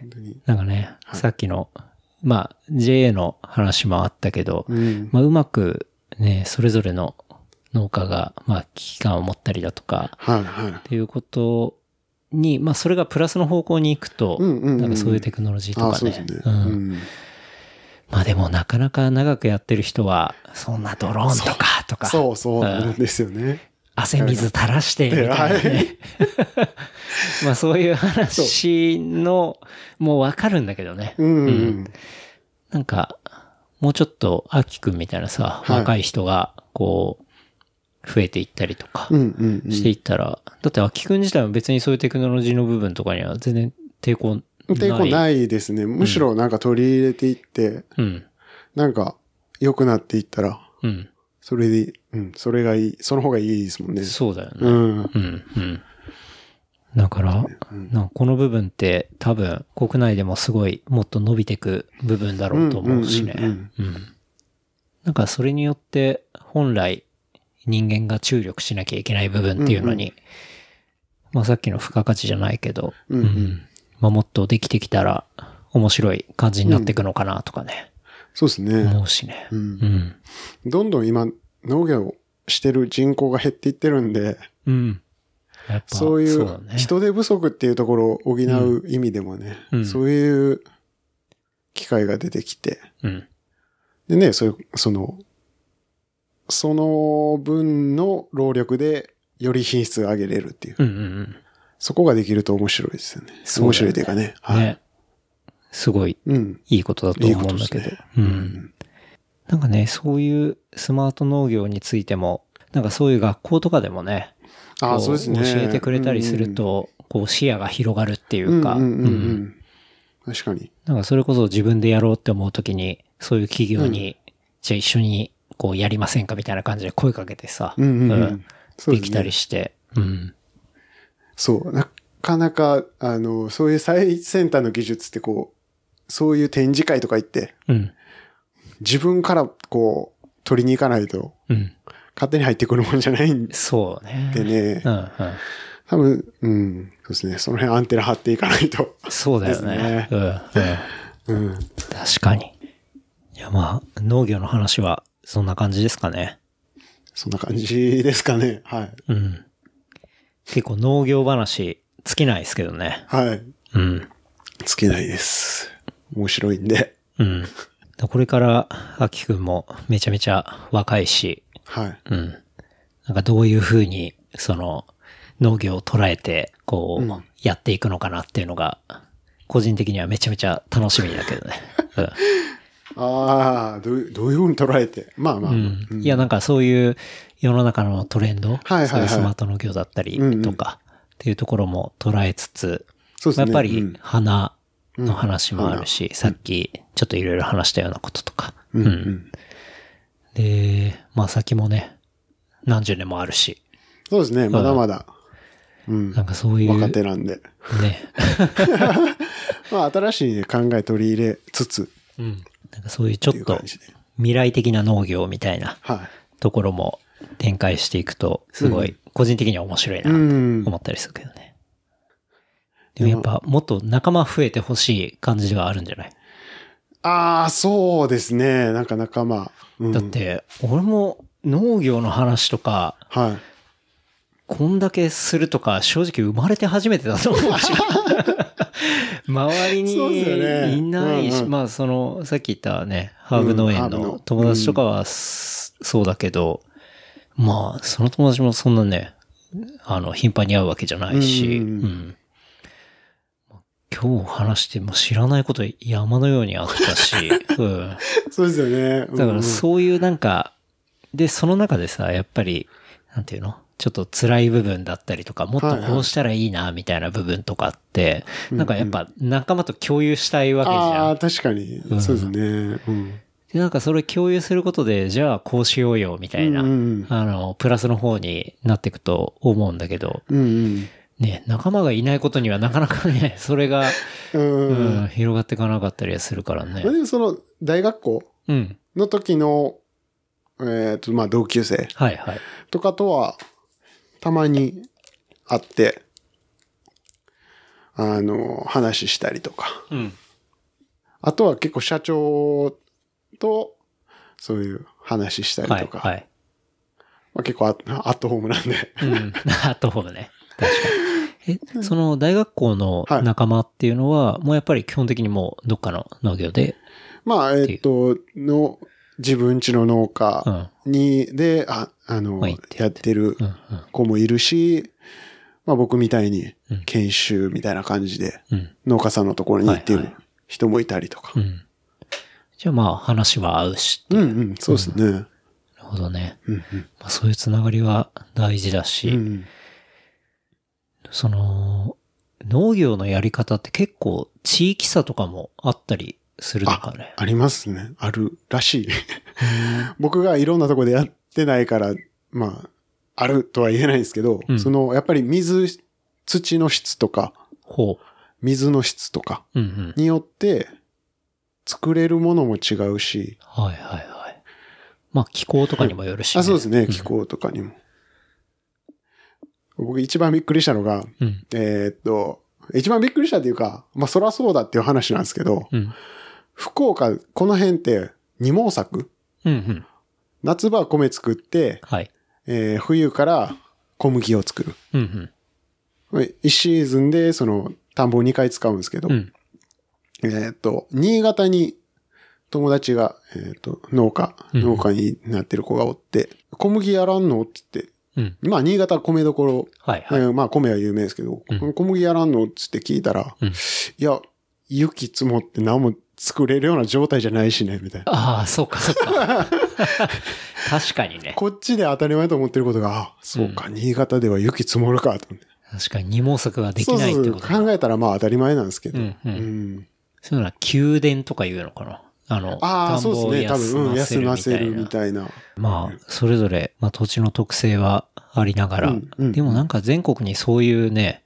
本当に。
なんかね、さっきの、まあ JA の話もあったけど、
うん。
まあうまくね、それぞれの農家が、まあ危機感を持ったりだとか、
はいはい
っ。ていうことに、まあそれがプラスの方向に行くと、
うんうんうんうん
なんかそういうテクノロジーと
あ、
か
そう
ね。
ですね。
うん
うん
まあでもなかなか長くやってる人は、そんなドローンとかとか、
そうそう
うん
なんですよね。
汗水垂らしてみたいな
は
ね。 まあそういう話の、もうわかるんだけどね。
うんうん。
なんか、もうちょっと、アキくんみたいなさ、
はい
若い人が、こう、増えていったりとか
うんうんうん。
していったら、だってアキくん自体は別にそういうテクノロジーの部分とかには全然抵抗ない。
抵抗ないですね。むしろなんか取り入れていって、
うん。
なんか良くなっていったら、
うん。
それでいい、うん、それがいい、その方がいいですもんね。
そうだよね。
うん。
うん、うん。だから、なんかこの部分って多分国内でもすごいもっと伸びてく部分だろうと思うしね。
うんうん
うんなんかそれによって本来人間が注力しなきゃいけない部分っていうのに、まあさっきの付加価値じゃないけど、
うんう。
うんんまあもっとできてきたら面白い感じになっていくのかなとかね、
そうですね。
思うしね。
う。
うんん。
どんどん今、農業してる人口が減っていってるんで、
うん。やっぱ
そうい
だ
う
ね
人手不足っていうところを補う意味でもね、
うん
そういう機会が出てきて、
うん。
でね、そういう、その、その分の労力でより品質を上げれるっていう、
うんうんうん。
そこができると面白いですよね。
そうだよね
面白いというかね。はい。
ね。すごい
うん。
いいことだと
いい
思
こ
う
と
ん
で
だ
す
けど。
ね。
うん。なんかね、そういうスマート農業についても、なんかそういう学校とかでもね、こ
ああ、
う
そうですね。
教えてくれたりすると、こう視野が広がるってい
うん、
うか、
うんうんう
う
んう
ん
ん。確かに。
なんかそれこそ自分でやろうって思うときに、そういう企業に、じゃあ一緒にこうやりませんかみたいな感じで声かけてさ、
うんうんうんそう
で
ですね
きたりして、うん。
そう。なかなか、あの、そういう最先端の技術ってこう、そういう展示会とか行って、
うん。
自分からこう、取りに行かないと、
うん。
勝手に入ってくるもんじゃないん
そうね。
でね
う、んうん。
多分、うん、そうですね。その辺アンテナ張っていかないと。
そうだよね
で。す
うんうん。
うん。
確かに。いやまあ、農業の話はそんな感じですかね。
そんな感じですかね。はい。
うん。結構農業話尽きないですけどね。
はい。
うん。
尽きないです。面白いんで。
うん。これから、あきくんもめちゃめちゃ若いし、
はい。
うん。なんかどういうふうに、その、農業を捉えて、こう、
うん
やっていくのかなっていうのが、個人的にはめちゃめちゃ楽しみだけど ね。うん
ああ、どういう、どういうふうに捉えて。まあまあ。
うんいや、なんかそういう世の中のトレンド、
はいはい
そういうスマート農業だったり
うんうん
とか、っていうところも捉えつつ、
そうですね。
やっぱり
うん
花の話もあるし、さっきちょっといろいろ話したようなこととか。
うん
う
うんん。
で、まあ先もね、何十年もあるし、
そうですね。まだまだ。うん
な。んかそういう、
若手
ね、
なんで。まあ、新しいね考え取り入れつつ、
うんなんかそういうちょ
って
っ
いう
と
感じで。
未来的な農業みたいな
は
ところも展開していくと、すごい個人的には面白い
い。
な
う
と
ん。
思ったりするけどね。でもやっぱもっと仲間増えてほしい感じではあるんじゃない
ああ、そうですね。なんか仲間。うん、
だっ。て、俺も農業の話とか、
はい。
こんだけするとか、正直生まれて初めてだと思うし。周りに
そうですよね
いないし、
うんうん
まあその、さっき言ったね、ハーブ農
うんハ
園
ーブ
の
の
友達とかはす、そうだけど、まあその友達もそんなね、あの、頻繁に会うわけじゃないし、う
うんん
今日話しても知らないこと山のようにあった し、うん
そうですよね。
だか
う
ら
ん
そういうなんか、で、その中でさ、やっぱり、なんていうのちょっと辛い部分だったりとか、もっとこうしたらいいな、みたいな部分とかって、なんかやっぱ仲間と共有したいわけじ
あ
ゃ
あ
ん。
ー、確かに。そうですね。うん。
で、なんかそれ共有することで、じゃあこうしようよ、みたいな、
うんうん
あの、プラスの方になっていくと思うんだけど、
うん
ね、仲間がいないことにはなかなかね、 それが、
うん。
う
うん。
ん、広がっていかなかったりはするからね
まあ。でもその、大学校
うん。
の時の、えっ、と、まあ、同級生
はいはい。
とかとは、たまに会って、あの、話したりとか。
うん。
あとは結構社長と、そういう話したり
は
と
い
か。
はい。
まあ、結構アアットホームなんで。
うん。 アットホームね。確かに。え、その大学校の
はい
仲間っていうのは、もうやっぱり基本的にもうどっかの農業で。
まあ、えっ、と、の、自分家の
う
農
ん。
家
うん
に、で、あ、あの、
まあ行って
やってる
うん。
子もいるし、まあ僕みたいに
うん
研修みたいな感じで
うん。
農家さんのところに行って
はい
る
は
人もいたりとか
う。ん。じゃあまあ話は合うしって
う
い
ん
う。
う
なる
ん、そうですね。
ほどね。
うん
まあそういうつながりは大事だ
う
し、
ん。うん
その、農業のやり方って結構地域差とかもあったりするのかね。
ありますね。あるらしい。 僕がいろんなとこでやってないから、まあ、あるとは言えないんですけど、
うん
その、やっぱり水、土の質とか、
ほ
水の質とか
う。うんうん。
によって、作れるものも違うし、
はいはいはい。まあ気候とかにもよるし、
あ、そうですね、
ん
気。候とかにも。僕一番びっくりしたのが、
うん。
えーっと、一番びっくりしたっていうか、まあそらそうだっていう話なんですけど、
うん。
福岡、この辺って二毛作
うんうん。
夏場は米作って、
はい。
えー冬から小麦を作る。
うんうん。
1シーズンでその田んぼを2回使うんですけど、
うん。
えーっと、新潟に友達が、えーっと、農家、
うん
農家になってる子がおって、小麦やらんのって言って、
うん。
まあ新潟は米どころ、
はいはい。
えーまあ米は有名ですけど、
うん
小麦やらんのっつって聞いたら、
うん
いや、雪積もって何も作れるような状態じゃないしね、みたいな。
ああ、そうかそう か。確かにね。
こっちで当たり前と思ってることが、あ、そうか、新潟では雪積もるか、と思って。
確かに二毛作ができないって
そう
こと
そうそう考えたらまあ当たり前なんですけど。
うんうん
ん
そういうのは宮殿とか言うのかな。あの、
ああ、
田ん
そう
ぼを
ですね、多分、うん、休
休
ま
ませ
せ
る
る
み
み
たいな。
たいな。
まあ、それぞれ、まあ土地の特性はありながら、
うんうん
でもなんか全国にそういうね、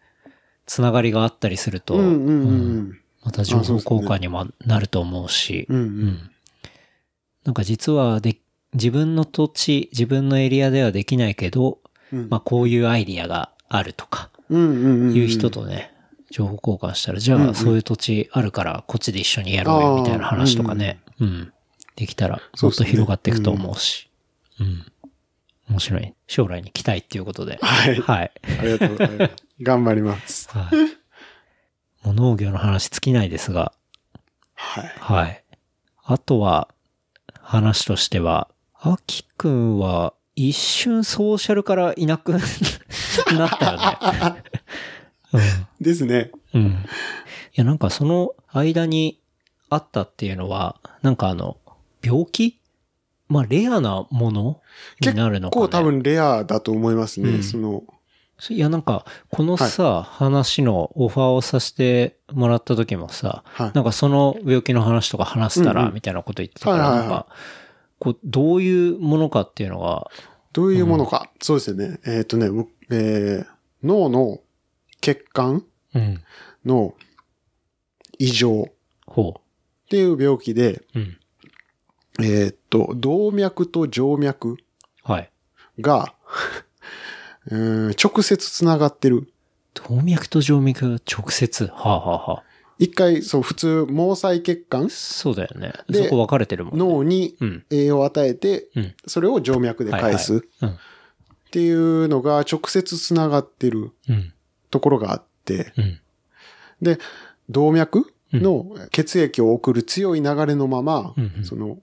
つながりがあったりすると、
うんうんうん
うんまた情報交換にもなると思うし、
うん。うんう
うんん。なんか実はで、自分の土地、自分のエリアではできないけど、
うん
まあこういうアイディアがあるとか、
うんうんうん。
いう人とね、情報交換したら、じ
うん
ゃ
う
あ
ん
そういう土地あるから、こっちで一緒にやろうよ、みたいな話とかね、うん。できたら、
そ
も
う
っ
です
と
ね
広がっていくと思うし、うん。面白い。将来に期待っていうことで。
はい
はい。
ありがとうございます。頑張り ます。
はい。もう農業の話尽きないですが、
はい。
はい。あとは、話としては、あきくんは、一瞬ソーシャルからいなくなったよ ね。
ですね。
うん。うん。いや、なんかその間にあったっていうのは、なんかあの、病気まあ、レアなものになるのか、ね、
こう多分レアだと思いますね。
うん
その、
いや、なんか、このさ、話のオファーをさせてもらった時もさ、
はい
なんかその病気の話とか話した
うん
ら、
うん
みたいなこと言ってたから、
は
な
いは
ん
いはい
か、こう、どういうものかっていうのが、
どういうものか。そうですよね。えっ、とね、僕えー脳の血管
うん、
の異常っ
ほ
ていう病気で、
う、うん、
えーっと、動脈と静脈
はい。
が、 うーん直接つながってる。
動脈と静脈が直接。はあ、はあはあ、
一回、そう、普通、毛細血管
そうだよね。
で
そこ分かれてるもんね。
脳に
うん。
栄養を与えて、
うん。
それを静脈で返すっ
はいはい
ていうのが直接つながってる
うん。うん。
ところがあって、
うん。
で、動脈の血液を送る強い流れのまま、
うんうん
その、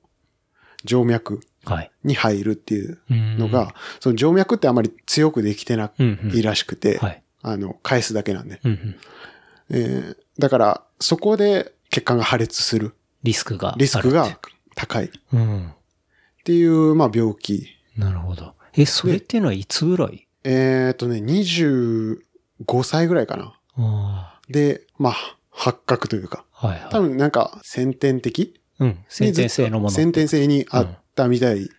静脈
はい。
に入るっていう
うん
のが、、その静脈ってあまり強くできてな
うん、うん。
いらしくて、
はい。
あの、返すだけなんで。
うん、うん。
えーだから、そこで血管が破裂する
リスクがあるって。
リスクが高いっ
うん。
ていう、まあ、病気。
なるほど。え、それっていうのはいつぐらい
えっ、とね、25歳ぐらいかな。
あ
で、まあ、発覚というか、
あ。はい
多
はい。
分なんか先天的
うん。先天性のもの。
先天性にあったみたい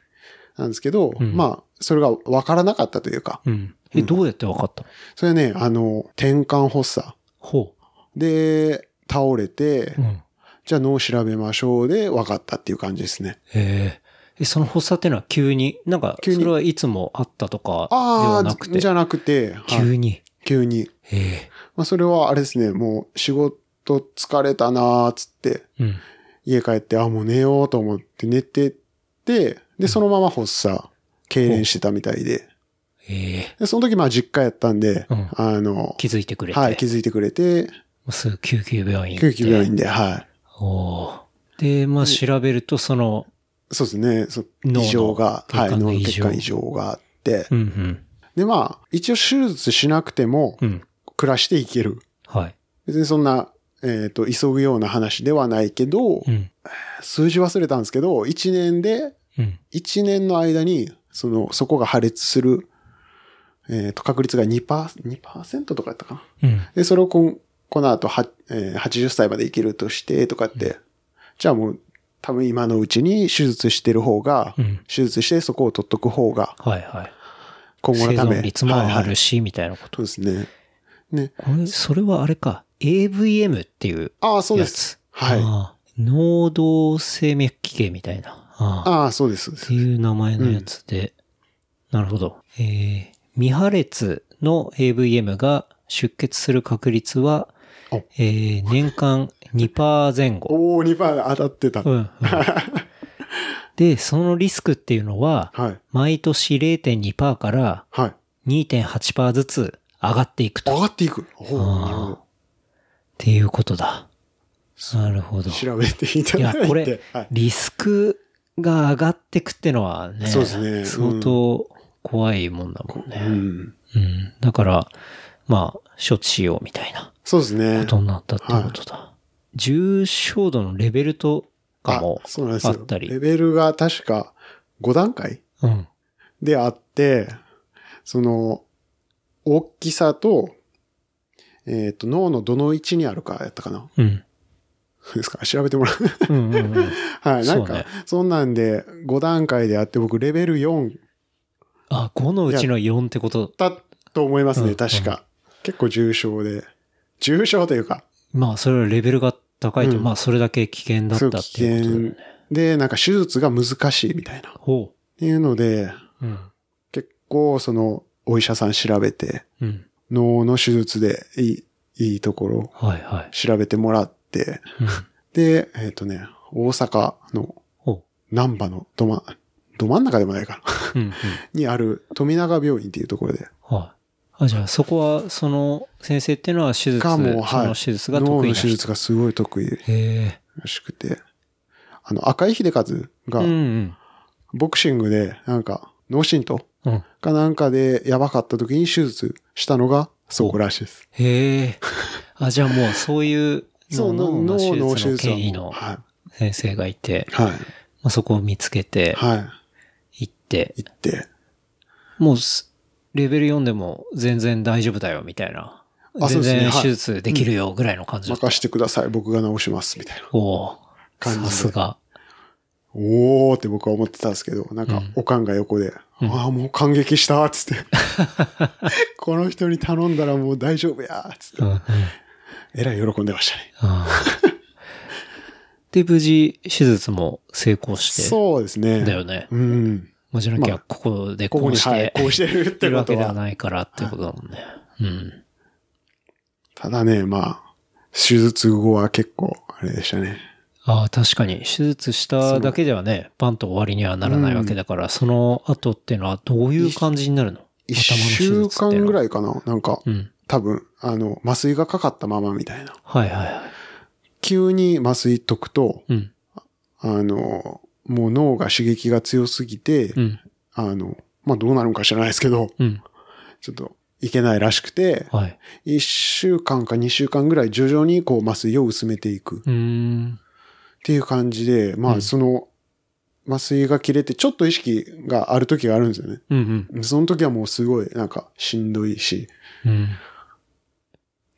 なんですけど、
うん
まあ、それが分からなかったというか、
うん。え、
うん
どうやって分かったの
それはね、あの、転換発作
ほ
で倒れて、
う。うん。
じゃあ脳調べましょうで分かったっていう感じですね。
ええ。その発作ってのは急に、なんか、そ
急に
れはいつもあったとかでは
あ
なく
あ、
て
じ、ゃなくて、はい
急に。
急に。
え
まあ、それはあれですね、もう仕事疲れたなーっつって、
え。うん。
家帰って、あ、もう寝ようと思って寝てて、で、そのまま発作、痙攣してたみたいで。
ええ。
で、その時まあ実家やったんで、
うん
あの、
気づいてくれて。
はい、気づいてくれて、
すぐ救急病院行って。
救急病院で、は
おーで、まあ、調べると、その、
い。そうですね、そ
脳の
異常が、
血管
はい、
の
脳の
異
血
常
管異常があって、
うんうん。
で、まあ、一応手術しなくても
うん。
暮らしていける。
はい。
別にそんな、えっ、と、急ぐような話ではないけど、
うん。
数字忘れたんですけど、1年で、
うん。
1年の間に、その、そこが破裂する、えっ、と、確率が2%、2%とかやったかな。
うん。
で、それをこんこの後は、えー80歳まで生きるとして、とかって、じゃあもう、多分今のうちに手術してる方が、
うん。
手術してそこを取っとく方が、
はいはい。
今後
生
のため。
存率も
は
あ
いは
る
い
し、みたいなこと。
そうですね。ね。
これ、それはあれか。AVM っていう
ああ、そうで
や
す。
つ。
はい。
ああ能動性脈器系みたいな。ああ
ああ、そうです。そうで
っ
す
ていう名前のやつで。なるほど。えー未破裂の AVM が出血する確率は
お、
えー年間2%前後。
おお2%当たってた。
うん うん、で、そのリスクっていうのは、
はい。
毎年0.2%から
はい。
2.8%ずつ上がっていくと。っ
上がっていく。お
あ
お
ー
なるほど。
ていうことだ。なるほど。
調べていた
い
だ
や
いて。、
これ
はい、、
リスクが上がってくってのはね、
そうですねうん
相当怖いもんだもん
う
ね。
ん。
うん。だから、まあ、処置しようみたいな
そうです
こ
ね。
とになったってことだ。重症度のレベルとかも
あそうなんです
あ
よ
ったり。
レベルが確か5段階
うん。
であって、その、大きさと、えっ、と、脳のどの位置にあるかやったかな
うん。
そうですか調べてもらう。
うんうんうん。
はい。なん
そうね
か、そんなんで5段階であって、僕レベル4
あ、5のうちの4ってこと。
だと思いますね、
うん
確か。結構重症で。重症というか、
まあ、それはレベルが高いと、
うん
まあ、それだけ危険だったっていうことだよね。
で、なんか手術が難しいみたいな。っ
ほ
ていうので、
う。うん。
結構その、お医者さん調べて、
うん。
脳の手術でいい、いいところを
はいはい。
調べてもらって、
うん、
で、えっ、とね、大阪の
ほ
南波のどま、ど真ん中でもないか な、
う。うんうん。
にある富永病院っていうところで、
はい。あ、じゃあそこは、その先生っていうのは手術、
がもうはい
その手術が
脳の
得意
手
な人。
術がすごい得意
へ
らしくて、あの、赤井秀和
え。うんう
が、
ん。
ボクシングで、なんか、脳震盪
うん。
かなんかでやばかった時に手術したのが、そこらしいです。
へえ。あ、じゃあもうそういう
そう、
脳の手
脳の
術の
手術は
権威
もう、
の
はい。
先生がいて、
はい。
まあ、そこを見つけて、
はい。
行って、
行って。
もうすレベル4でも全然大丈夫だよ、みたいな。
あ
全
そうですね
然
はい
手術できるよ、ぐらいの感じだった。
任してください。僕が直します。みたいな。
おお
感じで
さすが。
おーって僕は思ってたんですけど、なん
う
か
ん、
おかんが横で、
うん
ああ、もう感激した、つ って。この人に頼んだらも う大丈夫や、つって
う。んうん。
えらい喜んでましたね。
ああって無事手術も成功して。
そうですね。
だよね。
うん。
まあ、じゃなき
ま
ゃ、ここで
こ
こ
こ
う
に、
して、
はい、こうしてるっ
い
て
る
こ
わ
と
けでは
は。
ないからってことだもんね。うん。
ただね、まあ、手術後は結構、あれでしたね。
ああ、確かに。手術しただけではね、パンと終わりにはならないわけだから、その後ってのはどういう感じになるの
一週間ぐ
い。
らいかななんか、
うん。
多分、あの、麻酔がかかったままみたいな。
はいはいはい。
急に麻酔解くと、
うん。
あの、もう脳が刺激が強すぎて、
うん。
あの、まあ、どうなるんか知らないですけど、
うん。
ちょっと、いけないらしくて、
はい。
一週間か二週間ぐらい徐々にこう麻酔を薄めていくっ
うーん。
ていう感じで、ま
う
あ
ん
その麻酔が切れてちょっと意識がある時があるんですよね。
うんうん。
その時はもうすごいなんかしんどいし
うん。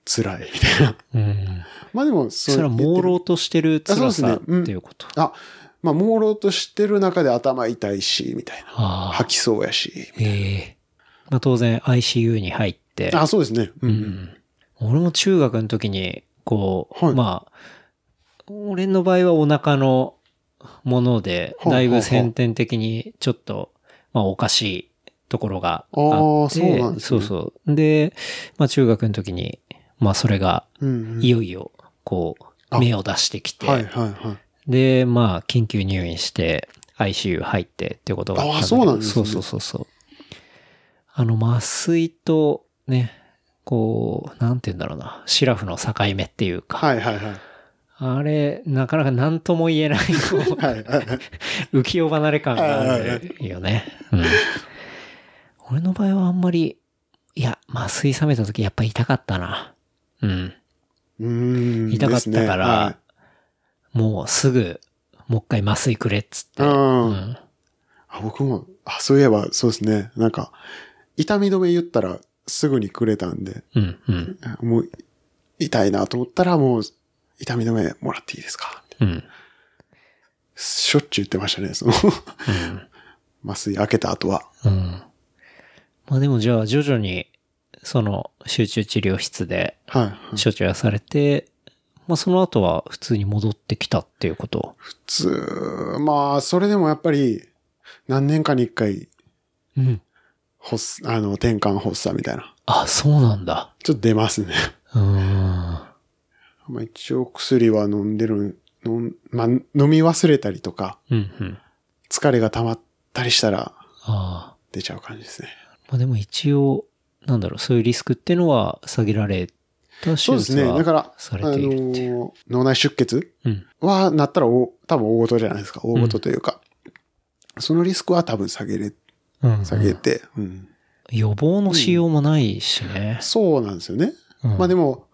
辛いみたいな。
うん。
まあでも
それは
言ってる
朦朧としてる辛
あそう
さ
ですねうん
っていうこと。
あ、まあ朦朧としてる中で頭痛いし、みたいな。
ああ。
吐きそうやし。
ええまあ当然 ICU に入って。
あ、そうですね。
う
う。
んん。俺も中学の時に、こう、
はい
まあ、俺の場合はお腹のもので、
はあ
だい
は
ぶ
あ
先天的にちょっと、まあおかしいところが
あー
あって、
そうなんです
そう
ね
そう。で、まあ中学の時に、まあそれが
うん、
いよいよ、こう、
あ
目を出してきて、
はいはいはい。
で、まあ、緊急入院して、ICU 入ってってことがっただけど
ああそうなんですね
そうそうそうそう。あの、麻酔と、ね、こう、なんて言うんだろうな、シラフの境目っていうか、
はいはいはい。
あれ、なかなか何とも言 えない、こう
はいはいはい。
浮世離れ感があ
はいはい
るよね。うん。俺の場合はあんまり、いや、麻酔冷めた時やっぱ痛かったな。うん。
うん。
痛かっ
ですね
たから、
はい
もうすぐ、もう一回麻酔くれっつって。
うん
うん
あ僕も、あ、そういえばそうですね。なんか、痛み止め言ったらすぐにくれたんで、
うん、うん、
もう、痛いなと思ったらもう、痛み止めもらっていいですかみたいな
うん。
しょっちゅう言ってましたね、その、 麻酔開けた後は。
うん。まあでもじゃあ徐々に、その集中治療室で
はい、はい。
処置はされて、まあその後は普通に戻ってきたっていうこと。
普通、まあ、それでもやっぱり、何年かに一回、
うん。
発あの、転換発作みたいな。
あ、そうなんだ。
ちょっと出ますね。
うーん。
まあ一応薬は飲んでる、飲ん、まあ、飲み忘れたりとか、
うん、うん。
疲れが溜まったりしたら、
ああ。
出ちゃう感じですね。
まあでも一応、なんだろう、そういうリスクってのは下げられた手術
そう
は
ですね。だから、
さ
あ
れ
の
ているっていう。
ー脳内出血
うん。
は、なったらお、多分大事じゃないですか。大事というか。そのリスクは多分下げれ、
うん、
下げて。うん。
予防のしようもないしね。
そうなんですよね。
うん
まあでも、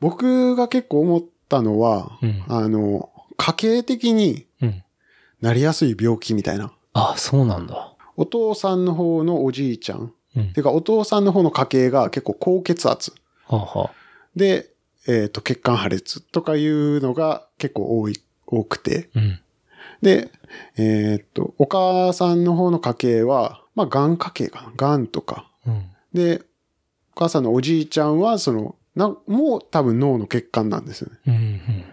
僕が結構思ったのは、
うん
あの、家系的に
うん。
なりやすい病気みたいな。
あ、そうなんだ。
お父さんの方のおじいちゃん。
うん
て。か、お父さんの方の家系が結構高血圧。
はあ、はあ。
で、えっ、と、血管破裂とかいうのが結構多い、多くて。
うん。
で、えーっと、お母さんの方の家系は、まあ、癌家系かな。癌とか。
うん。
で、お母さんのおじいちゃんは、その、な、もう多分脳の血管なんですよね。
うんうん。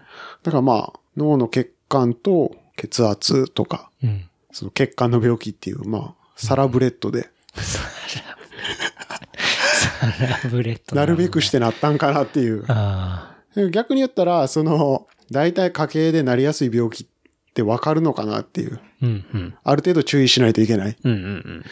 だからまあ、脳の血管と血圧とか、
うん。
その血管の病気っていう、まあ、サラブレッドで、
サラブレッド。
なるべくしててなったんかなって いう。
あ
逆に言ったら、その、大体家系でなりやすい病気ってわかるのかなっていう。
あ。うんうん。
ある程度注意しないといけないっ
うんうん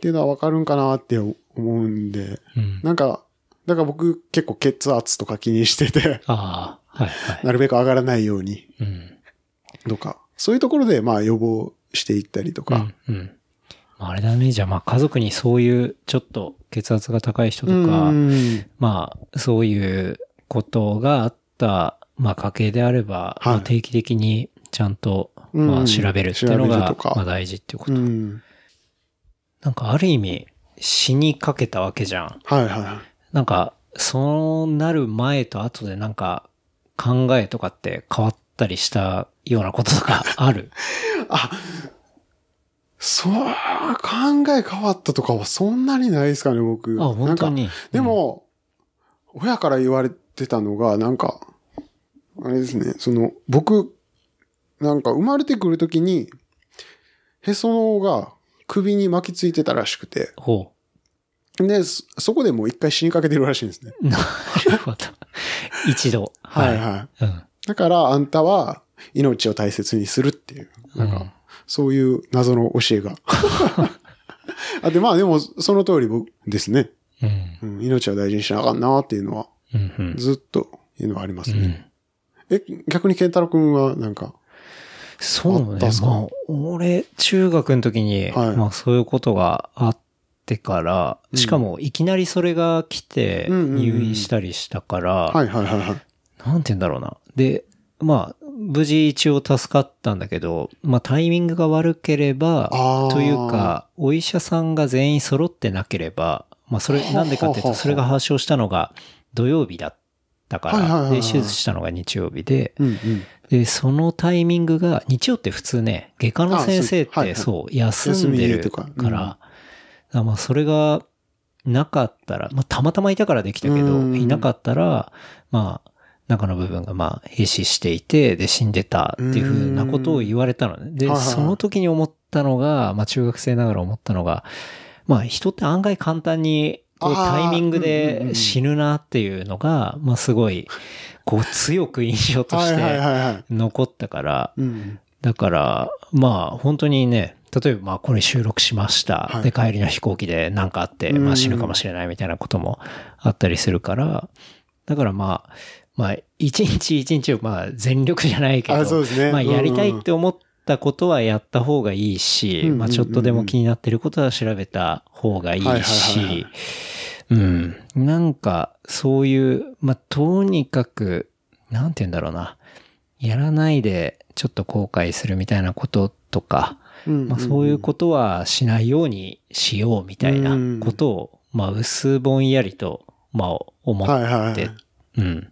ていうのはわかるんかなって思うんで、
うん。うん。、
なんか、だから僕結構血圧とか気にしてて
ああ。はいはい。
なるべく上がらないように
うん。
とか、そういうところでまあ予防していったりと
う
か、
んうん。まああれだね。じゃあまあ家族にそういうちょっと血圧が高い人とか
う、ん
まあそういうことがあった、まあ家系であれば、まあ
はい
定期的にちゃんと、
うん
まあ調べるっていうの
調べる
が
とか、
まあ大事っていうこ
う
と。
ん。
なんかある意味死にかけたわけじゃん。
はいは
なんか、そうなる前と後でなんか、考えとかって変わったりしたようなこととかある
い。あ、そう、考え変わったとかはそんなにないですかね、僕。
あ、本当
なんか
に。
でも、親から言われてたのが、なんか、あれですね、その、僕、なんか生まれてくるときに、へその緒が首に巻きついてたらしくて、
ほ
で、そそこでもう一回死にかけてるらしいんですね。
う。なるほど。一度。
はい
い。
はい。
うん。
だからあんたは命を大切にするっていう、なん
うん
か、そういう謎の教えが。あで、まあでも、その通り僕ですね、
うん。
うん。命は大事にしなあかんなっていうのは、
うん。うん。
ずっと、いうのはあります
う
ね。
ん
え、逆に健太郎くんは、なんか、
そう
あっ
ね
たん。すか
まあ、俺、中学の時に、
はい
まあそういうことがあってから、
うん
しかもいきなりそれが来て、
うんうんうん
入院したりしたから、
はいはいはいはい。
なんて言うんだろうな。で、まあ、無事一応助かったんだけど、まあタイミングが悪けれ
あ
ば、
ー
というか、お医者さんが全員揃ってなければ、まあそれ、
は
なんでかっていう
は
と、
は
それが発症したのが土曜日だったか
はいはいはい
ら、
は
で、
い
手術したのが日曜日で、
うんうん。
で、そのタイミングが、日曜って普通ね、外科の先生っ
あそうはい
てそう、休
休
ん
み
で
で
る
と
か、
から
あまあそれがなかったら、まあたまたまいたからできたけ
う
ど、
ん
いなかったら、まあ、中の部分がまあ閉止していて、で死んでたっていうふうなことを言われたのね。で
は、いはいはい
その時に思ったのが、まあ中学生ながら思ったのが、まあ人って案外簡単に、こう
あー
タイミング
うんうんうんう
で
ん
死ぬなっていうのが、まあすごい、こう強く印象と
は
し
いはい
て
はいはい。
残ったから、
うん。
だから、まあ本当にね、例えばまあこれ収録しました。
はい
で帰りの飛行機で何かあって、
うん
まあ死ぬかもしれないみたいなこともあったりするから、だからまあ、まあ一日一日をまあ全力じゃないけ
あ、そう
ど、
ですね。
まあやりたい
うん
っ
うん
て思ったことはやった方がいいし、
うん
まあちょっとでも気になってることは調べた方がい
は
い
いはいはいは
し、
い
うん。なんか、そういう、まあ、とにかく、なんて言うんだろうな。やらないで、ちょっと後悔するみたいなこととか、
うんうんうん
まあ、そういうことはしないようにしようみたいなことを、まあ、薄ぼんやりと、まあ、思
はい
っ
はいはい。
て、うん。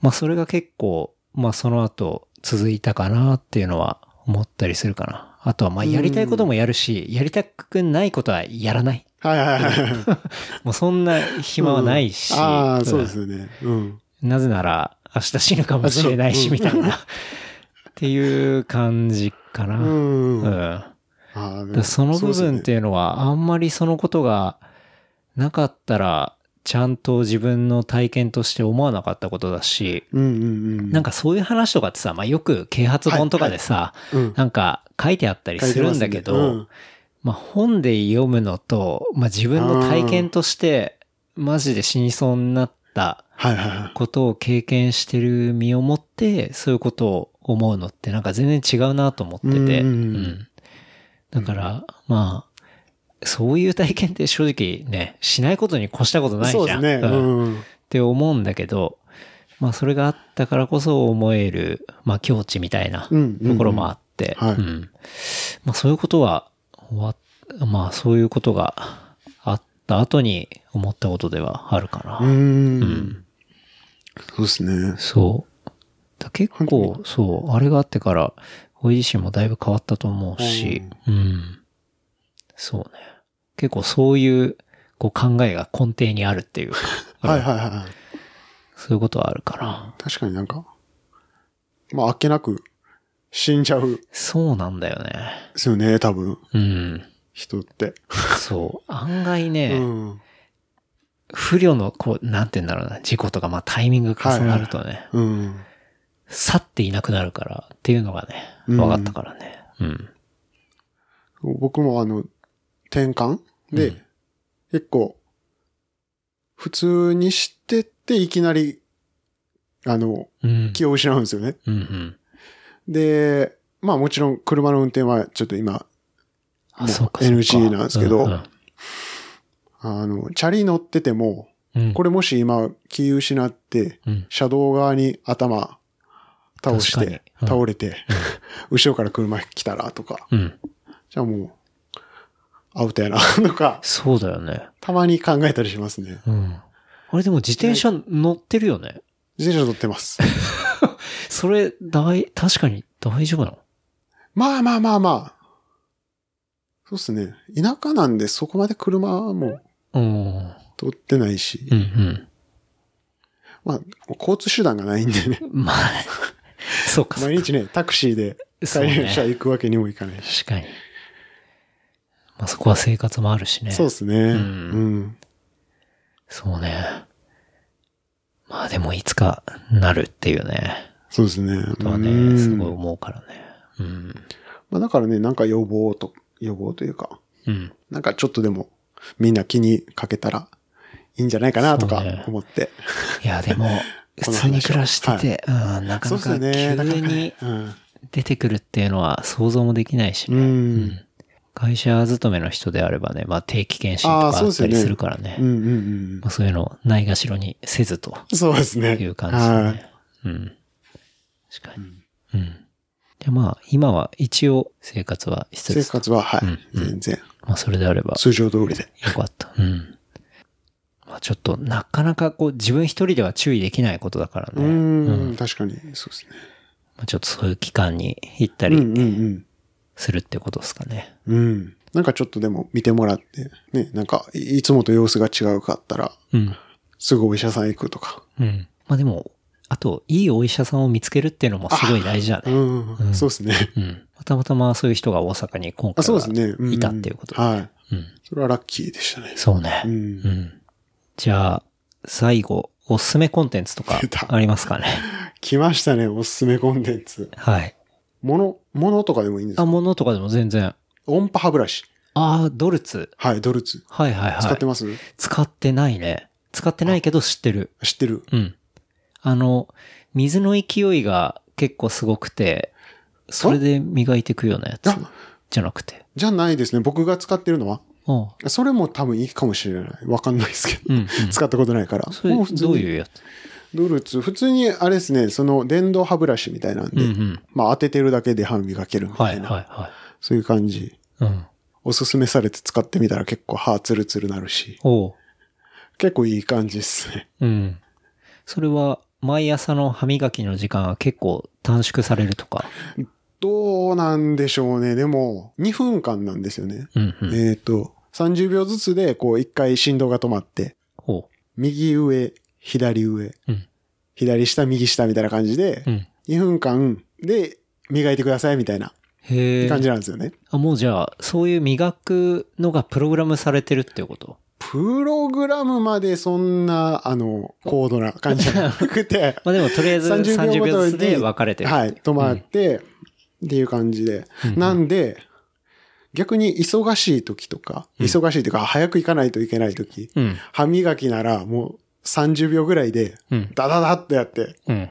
まあ、それが結構、まあ、その後、続いたかなっていうのは思ったりするかな。あとは、まあ、やりたいこともやるし、やりたくないことはやらない。
はいはいはい。
もうそんな暇はないし。
うんああ、そうで
うん
すよね。うん。
なぜなら、明日死ぬかもしれないし、
あそう
みたいな。っていう感じかな。
う
うん。
んう
だ
ん。
か
ああでも
らその部分
う
っ
です
ていうのは、あんまりそのことがなかったら、ちゃんと自分の体験として思わなかったことだし、
よね、うんうんうん。
なんかそういう話とかってさ、まあ、よく啓発本とかでさ、
うん、
なんか書いてあったりするんだけど、
書いてますね
まあ、本で読むのと、まあ、自分の体験として、マジで死にそうになった
はいはいはい。
ことを経験してる身をもって、そういうことを思うのってなんか全然違うなと思ってて。
う
う
ん
んだから、まあ、そういう体験って正直ね、しないことに越したことないじゃん。
そうですね。う
うんっ
ん。
て思うんだけど、まあそれがあったからこそ思える、まあ境地みたいな
うんうん
ところもあって、
はい
うんまあそういうことは、わまあそういうことがあった後に思ったことではあるかな。
うん。
うん
そうですね。、
そう。だ結構、そう、あれがあってから、俺自身もだいぶ変わったと思うし、うん。そうね。結構そういう、こう考えが根底にあるっていうか
はいはいはい。
そういうことはあるかな。
確かになんか、まあ、あっけなく死んじゃう
そうなんだよね。
ですよね、多分、
うん。
人って。
そう。案外ね、
うん。
不慮の、こう、なんて言うんだろうな、事故とか、まあタイミングが重なるとね、
うん。
去っていなくなるからっていうのがね、
うん
分かったからね。うん。
僕もあの、転換で、
うん
結構、普通にしてって、いきなり、あの、
うん。
気を失うんですよね。
うんうん。
で、まあもちろん車の運転はちょっと今、も
あ、
う
そうかそうか。
NG なんですけど、
うんうん
あの、チャリ乗ってても、
うん
これもし今気失って、
うん
車道側に頭倒し
確かに
て、
うん
倒れ て、後ろから車来たらとか、
うん。
じゃあもう、アウトやな、とか、
そうだよね。
たまに考えたりしますね。
うん。あれでも自転車乗ってるよね。
自転車乗ってます。
それ、だい、確かに大丈夫なの
まあまあまあまあ。そうっすね。田舎なんでそこまで車も
うん。
通ってないし
う、ん
まあ、交通手段がないんでね。
うん。まあ、 そうか、そう
毎
か。
日ね、タクシーで
そうね
開園者行くわけにもいかないし。
確かに。まあ、そこは生活もあるしね。
そうですね。うんん。
そうね。まあでもいつかなるっていうね。
そうですね。
とは
う
ね、
ん
すごい思うからね。うん。
まあだからね、なんか予防と、予防というか、
うん。
なんかちょっとでもみんな気にかけたらいいんじゃないかなと
そうね
か思って。
いや、 でも、普
この話を
通に暮らしてて、うん、なか
そう
な
ですよ
か
ね。
急に
うん。
出てくるっていうのは想像もできないし
う
ね。
ん。
会社勤めの人であればね、まあ定期検診とか
あーそ
あ
うで
っ
す
た
よ
り
ね
するからね。
うんうんうん
まあ、そういうのをないがしろにせずと
うん。そうですね。
いう感じで
はい
ね。うん。確かに。うん。で、まあ、今は一応生活はしつ
生
つ、
活は、はい。
うんうん
全然。
まあそれであれば
通常通りで。
よかった。うん。まあちょっとなかなかこう自分一人では注意できないことだから
う
ね。
ん,、確かに。そうですね。
まあ、ちょっとそういう期間に行った
うん
り
うん
するってことですかね。
うん。うん。なんかちょっとでも見てもらって、ね、なんかいいつもと様子が違うかったら、
うん。
すぐお医者さん行くとか。
うん。まあでも、あと、いいお医者さんを見つけるっていうのもすごい大事だ
う
ね。
ん、うん、そうですね。
うん。たまたまそういう人が大阪に今
あ、
回
そう
は
ですね。うん
いたっていうこと。
はい。
うん。
それはラッキーでしたね。
そうね。
うん
うん。じゃあ、最後、おすすめコンテンツとか
出た
ありますかね。
来ましたね、おすすめコンテンツ。
はい。
もの、ものとかでもいいんです
あ、
か
ものとかでも全然。
音波歯ブラシ。
ああ、ドルツ。
はい、ドルツ。
はいはいはい。
使ってます、
使ってないね。使ってないけど知ってる。
知ってる
うん。あの、水の勢いが結構すごくて、それで磨いていくようなやつ
あ
じゃなくて。
じゃないですね。僕が使ってるのは。
うん。
それも多分いいかもしれない。わかんないですけど。
う ん、うん。
使ったことないから。
それ
もう普通に
どういうやつ
ドルツ。普通に、あれですね、その電動歯ブラシみたいなん
う
で、
ん
まあ当ててるだけで歯磨ける
う
み
ん。は
た
い
いな。
はいは
そういう感じ。
い。うん。
おすすめされて使ってみたら結構歯ツルツルなるし、
おう。
結構いい感じですね。
うん。それは、毎朝の歯磨きの時間は結構短縮されるとか。
どうなんでしょうね。でも、2分間なんですよね。
うんうん。
えっ、と、30秒ずつで、こう、一回振動が止まって、
ほ
右上、左上、
う。うん。
左下、右下みたいな感じで
う、ん。
2分間で磨いてくださいみたいな
へえ。
感じなんですよね。
あ、もうじゃあ、そういう磨くのがプログラムされてるっていうこと、
プログラムまでそんな、あの、高度な感じじゃなくて
まあでも、とりあえず30秒ずつで分かれてる。
はい、止まって、っていう感じで。
うんうん
なんで、逆に忙しい時とか、忙しいというか、早く行かないといけない時、
うん。
歯磨きならもう30秒ぐらいで、
うん。
ダダダってやって、
うん。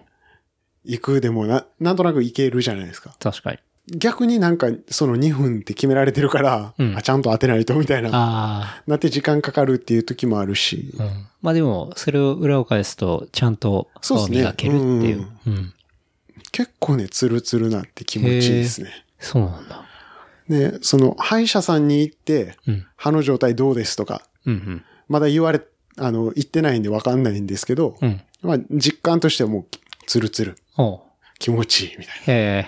行くでもな、なんとなく行けるじゃないですか。
確かに。
逆になんか、その2分って決められてるから、
うん
あちゃんと当てないとみたいな、
あ
なって時間かかるっていう時もあるし、
あ。うん。まあでも、それを裏を返すと、ちゃんと歯を磨けるっていう。
そうっ
うん。
結構ね、ツルツルなって気持ちいいですね。
そうなんだ。
で、その、歯医者さんに行って、
うん。
歯の状態どうですとか、
うん
まだ言われ、あの、言ってないんでわかんないんですけど、
うん。うん。
まあ、実感としてはもう、ツルツル、
おう
気持ちいいみたいな。
へえ。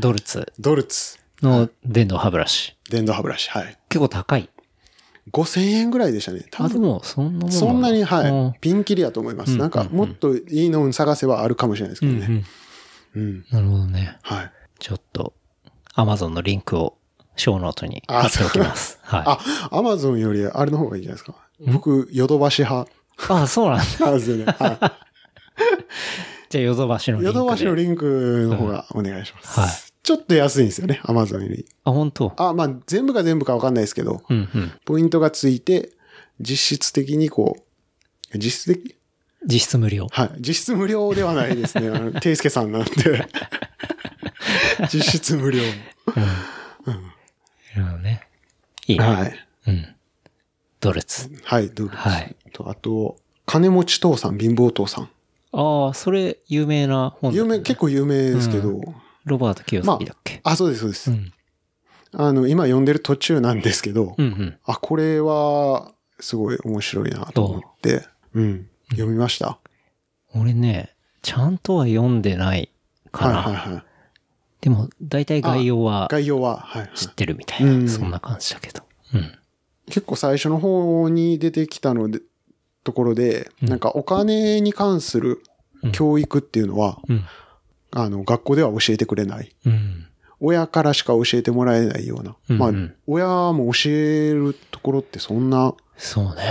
ドルツ
ドルツ、
の電動歯ブラシ。
電動歯ブラシ、はい。
結構高い。
5000円ぐらいでしたね。多
あ、で
分
も、そんなもんだ
そんなに、
う
は
ん
い、ピンキリやと思いま
う
す。
ん
なんか、
うん
もっといいのを探せばあるかもしれないですけど
うんう
ね。
ん
うん。
なるほどね。
はい。
ちょっと、アマゾンのリンクを、ショーノートに貼っておき ます。はい。
あ、アマゾンよりあれの方がいいじゃないですか。僕、ヨドバシ派
あ、そうなんだ。
なんです よね。は
じゃあ、ヨドバシの
い。
リン
ヨ
クで。
ドバシのリンクの方がお願いします。
はい
ちょっと安いんですよね、アマゾンより。
あ、本当。
あ、まあ、全部が全部かわかんないですけど、
うんうん。
ポイントがついて、実質的にこう、実質的
実質無料。
はい。実質無料ではないですね。あ の、ていすけさんなんで。実質無料。
なるほどね。いいね。
はい。
うん。ドルツ。
はい、どうです
はい
と、あと、金持ち父さん、貧乏父さん。
ああ、それ、有名な本だ
有
よね
名、結構有名ですけど、
ロバート清崎だっけ。
あ、そうです、そうです。
うん。
あの、今読んでる途中なんですけど、
うんうん。
あ、これは、すごい面白いなと思って、うん。読みました。
俺ね、ちゃんとは読んでないか
はい
な。
はいはい。
でも、大体概要は
概要は、はい、はい。
知ってるみたいな、
うん
そんな感じだけど。うん。
結構最初の方に出てきたので、ところで、
うん
なんかお金に関する教育っていうのは、
うん。
あの、学校では教えてくれない。
うん。
親からしか教えてもらえないような。
うんうん
まあ、親も教えるところってそんな、
そうね。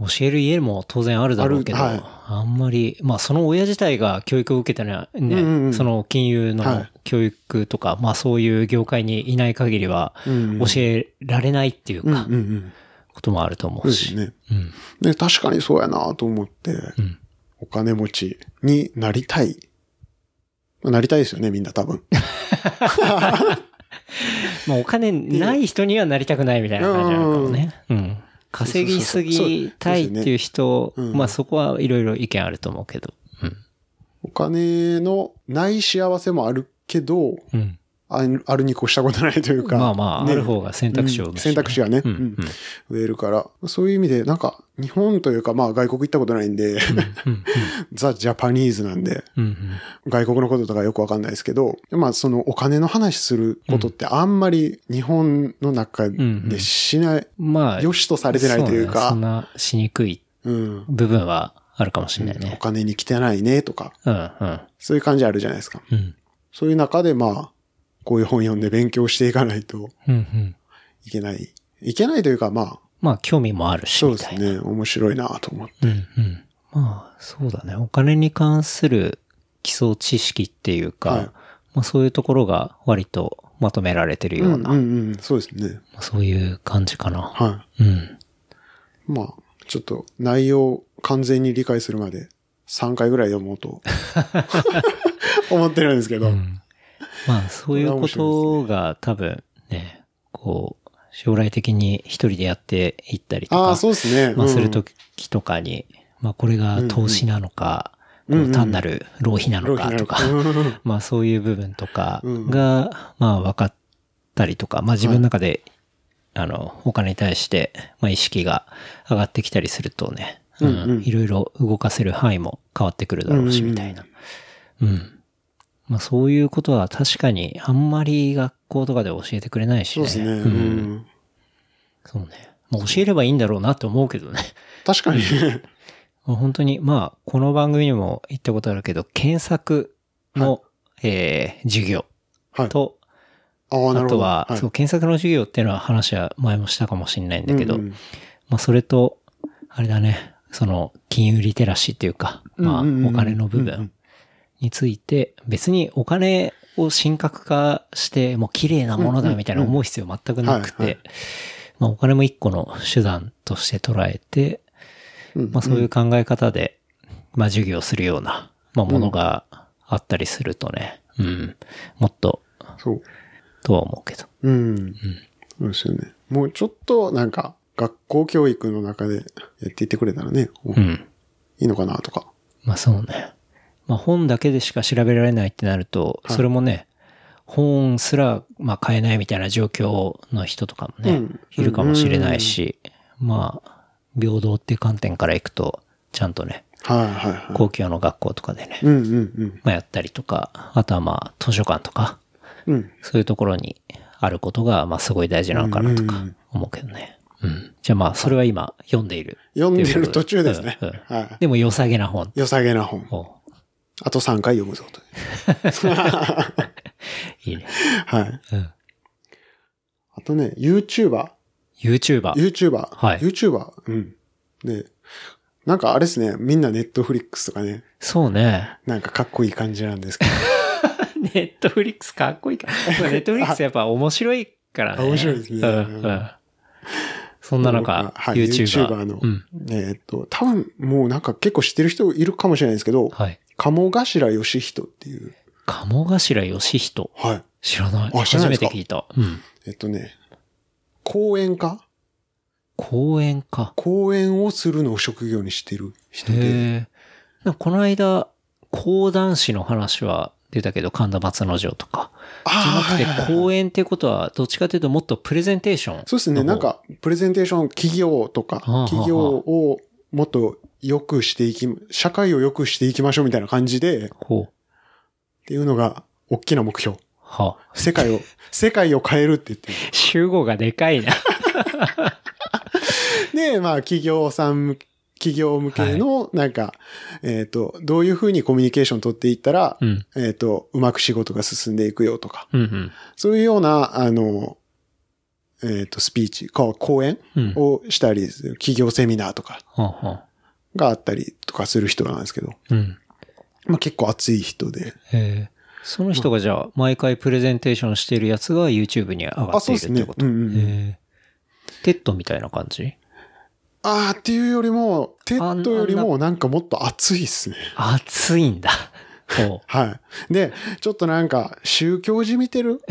教える家も当然あるだろうけど、あ,、
あるはい
んまり、まあその親自体が教育を受けてない、ね、
うんうんうん
その金融
は
の
い
教育とか、まあそういう業界にいない限りは、
うん
教えられないっていう
うんうん
か、
うん。
こともあると思
そう
う
です
し。
ね。
うん。
ね、確かにそうやなと思って、
うん。
お金持ちになりたい。まあなりたいですよね、みんな 多分。
まあお金ない人にはなりたくないみたいな感じなのかもね。うん。稼ぎすぎたいっていう人、
うん
まあそこはいろいろ意見あると思うけど。
お金のない幸せもあるけど、
うん。うん。
ああるに越したことないというか。
まあまあ、
ね
ある方が選択肢を、
うん選択肢がね
うん。
うん増えるから。そういう意味で、なんか、日本というか、まあ外国行ったことないんで、
うん。うん。
ザ・ジャパニーズなんで、
うん。うん。
外国のこととかよくわかんないですけど、まあそのお金の話することってあんまり日本の中
んうん
でしない、
まあ、
良しとされてないという
そね
か、
そんなしにくい
うん。
部分はあるかもしれない
お
ね。
金に来てないねとか、
うん、うん、
そういう感じあるじゃないですか。
うん。
そういう中でまあ、こういう本読んで勉強していかないと
うん、うん。
いけない。いけないというかまあ、
まあ、興味もあるし、
そう
み
で
た
す
いな。
ね。面白いなと思って。
うん、うん。まあ、そうだね。お金に関する基礎知識っていうか、
はい
まあ、そういうところが割とまとめられてるよ
う
うんな、
うんうん。そうですね。
まあそういう感じかな。
は
うん。
い。まあ、ちょっと内容を完全に理解するまで3回ぐらい読も うと思ってるんですけど。
うんまあ、そういうことが多分ね、こう、将来的に一人でやっていったりと
あ
か
あ、、そうですね。
まあ、
うん
するときとかに、まあ、これが投資なのか、
うんうん
こう単なる浪費なのかとか、
浪費なのか
まあ、そういう部分とか
うん
が、まあ、分かったりとか、まあ、自分の中で、あの、お金に対して、まあ、意識が上がってきたりするとね、う
うんうん
んいろいろ動かせる範囲も変わってくるだろうし、
うんうん
みたいな。うん。まあ、そういうことは確かに、あんまり学校とかで教えてくれないし
そう
ね。
です
う
ね。うんん
そうね。まあ、教えればいいんだろうなって思うけどね。
確かにね。
もう本当に、まあ、この番組にも言ったことあるけど、検索の、えー授業
はい。
と、
ああ、な
あ
るほど。
とは、
い
そう、検索の授業っていうのは話は前もしたかもしれないんだけど、
うんうん
まあ、それと、あれだね、その、金融リテラシーっていうか、まあ、
うんうんうん
お金の部
うんうん
分について、別にお金を神格化して、もう綺麗なものだみたいな思う必要全くなく
はいはい
て、まあ、お金も一個の手段として捉えて、
うん
まあ、そういう考え方で、まあ、授業するような、まあ、ものがあったりするとね、うん、もっと、
そう。
とは思うけど。
うん。そうですよね。もうちょっとなんか学校教育の中でやっていってくれたらね、お
う
い
ん。
いのかなとか。
まあそうね。まあ本だけでしか調べられないってなると、それもね、本すら、まあ買えないみたいな状況の人とかもね、
うん
いるかもしれないし、まあ、平等っていう観点からいくと、ちゃんとね、
はいはいはい。
公共の学校とかでね、
うんうん
まあやったりとか、あとはまあ図書館とか、
うん。うん。
そういうところにあることが、まあすごい大事なのかなと
うんうんう
か思うけどね。うん。じゃあまあ、それは今読んでいる。
読んでる途中ですね。
うんうん
はい。
でも良さげな本
良さげな本。
を
あと3回読むぞと。
いいね。
はい。
うん。
あとね、YouTuber。
YouTuber。
YouTuber。
はい
YouTuber。うん。で、なんかあれですね、みんな Netflix とかね、
そうね。
なんかかっこいい感じなんですけど。
ネットフリックスかっこいいから。ネットフリック スやっぱ面白いからね。
あ面白いですね
うん。うん、そんな中、
はい
YouTuber。
YouTuber の
うん。
えーっと、多分もうなんか結構知ってる人いるかもしれないですけど、
はい。
鴨頭義人っていう。
鴨頭義人。
はい。
知らない。
あ知らな
初
いで
め
すか
て聞いた。うん。
えっとね、講演家
公園か。
講演をするのを職業にしてる人で。
へえ。なんかこの間、講談師の話は出たけど、神田松之丞とか。じゃな
あ
くて、
はいはいはい
講演ってことは、どっちかというともっとプレゼンテーション。
そうですね、なん。か、プレゼンテーション、企業とか
あはあ、
企業をもっと良くしていき、社会を良くしていきましょうみたいな感じで、っ
ほう。
ていうのが、大きな目標。
は。
世界 を、世界を変えるって言ってる。
集合がでかいな。
で、まあ、企業さん企業向けの、なんか、えっ、と、どういうふうにコミュニケーション取っていったら、
うん。
えっ、と、うまく仕事が進んでいくよとか、
うんうん。
そういうような、あの、えっ、と、スピーチ、こう講演
うん。は
をしたり、企業セミナーとか
あはあ
があったりとかする人なんですけど、
うん。
まあ、結構熱い人で。
えーその人がじゃあ、毎回プレゼンテーションしてるやつが YouTube に上が
あ、
って
そう
いる
です
って
ね
こ。と。
う
え
んうんうん
えテッドみたいな感じ
あーっていうよりも、テッドよりもなんかもっと熱いっすね。
熱いん だ。ほ
はい。で、ちょっとなんか宗教じみ てる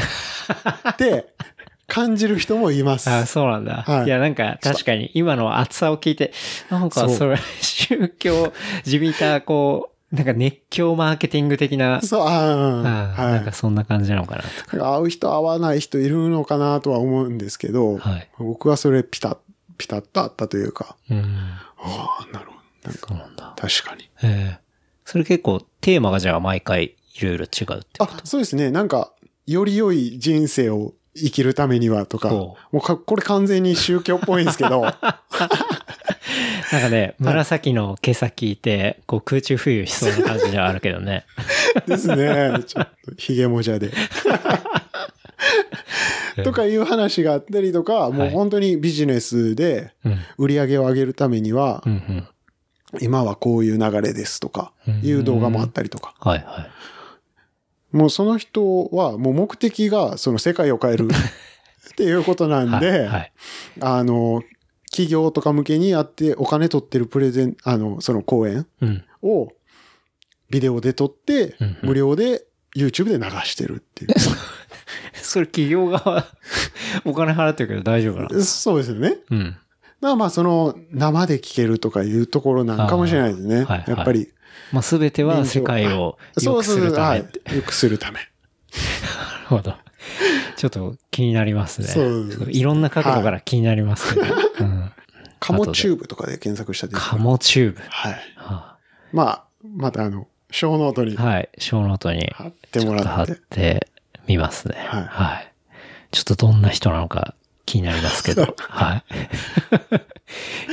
って感じる人もいます
う。。あ、そうなんだ。
はい
い、や、なんか確かに今の熱さを聞いて、なんか
そう
それ、宗教、地味た、こう、なんか熱狂マーケティング的な、
そう、あ
あ
ー
ー
は
ないんか。そんな感じなのかなと
会う人会わない人いるのかなとは思うんですけど、
か。はい。
僕はそれピタッ、ピタッとあったというか、
うん。
ああ、なるほど。なん
そう
か、
なんだ。
確かに。
ええそれ結構テーマがじゃあ毎回いろいろ違うってこ
あ、そうですね。なんか、より良い人生を生きるためにはとか、
そ
もうかこれ完全に宗教っぽいんですけど、
と。なんかね、紫の毛先いて、こう空中浮遊しそうな感じではあるけど ね。
ですね。ちょっと、ひげもじ ゃで。とかいう話があったりとか、もう本当にビジネスで
うん。
売り上げを上げるためには
う、んうん。
今はこういう流れですとか、いう動画もあったりとか。
はいはい。
もうその人は、もう目的がその世界を変 えるっていうことなん
はい
で
は、い。
あの、企業とか向けにやってお金取ってるプレゼン、あの、その講演
うん。
をビデオで撮って
うん、うん
無料で YouTube で流してるっ ていう。
それ企業側、お金払ってるけど大丈夫なの
そうですよね。
うん。
まあまあ、その、生で聞けるとかいうところなんかもしれないです
あ
ね。
ーはいはい
やっぱり。
まあ、すべては世界を良くするため。
は
ないる。
良くするため。
ほど。ちょっと気になりますね。
そうですね
いろんな角度から気になりますけど。うん。
カモチューブとかで検索したりとか
カモチューブ。
はい。
は
まあ、またあの、小ノートに
いはい。小ノートに。
貼っても
貼
らっ。
っててみますね。
はい
はい。ちょっとどんな人なのか気になりますけど。 はい。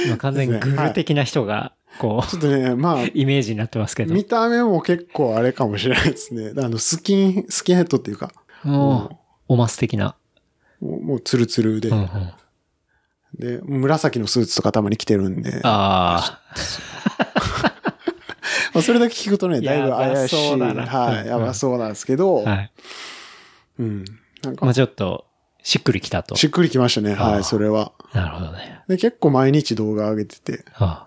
今完全にグル的な人が、こ
ちょっとね、まあ
う、、イメージになってますけど。
見た目も結構あれかもしれないですね。あの、スキン、スキンヘッドっていうか、
もう、おます的な。
もうもうツルツルで、
うんうん。あ
で、紫のスーツとかたまに着てるんで、ま
あ
あ、それだけ聞くとね、だいぶ怪しい。
やばそうだな
はい、やばそうなんですけど、
ー。はい。
うん。な
ま
んか、
あちょっと、しっくりきたと。
しっくりきましたね、
あー
はい、それは。
なるほどね。
で、結構毎日動画上げてて、
ああ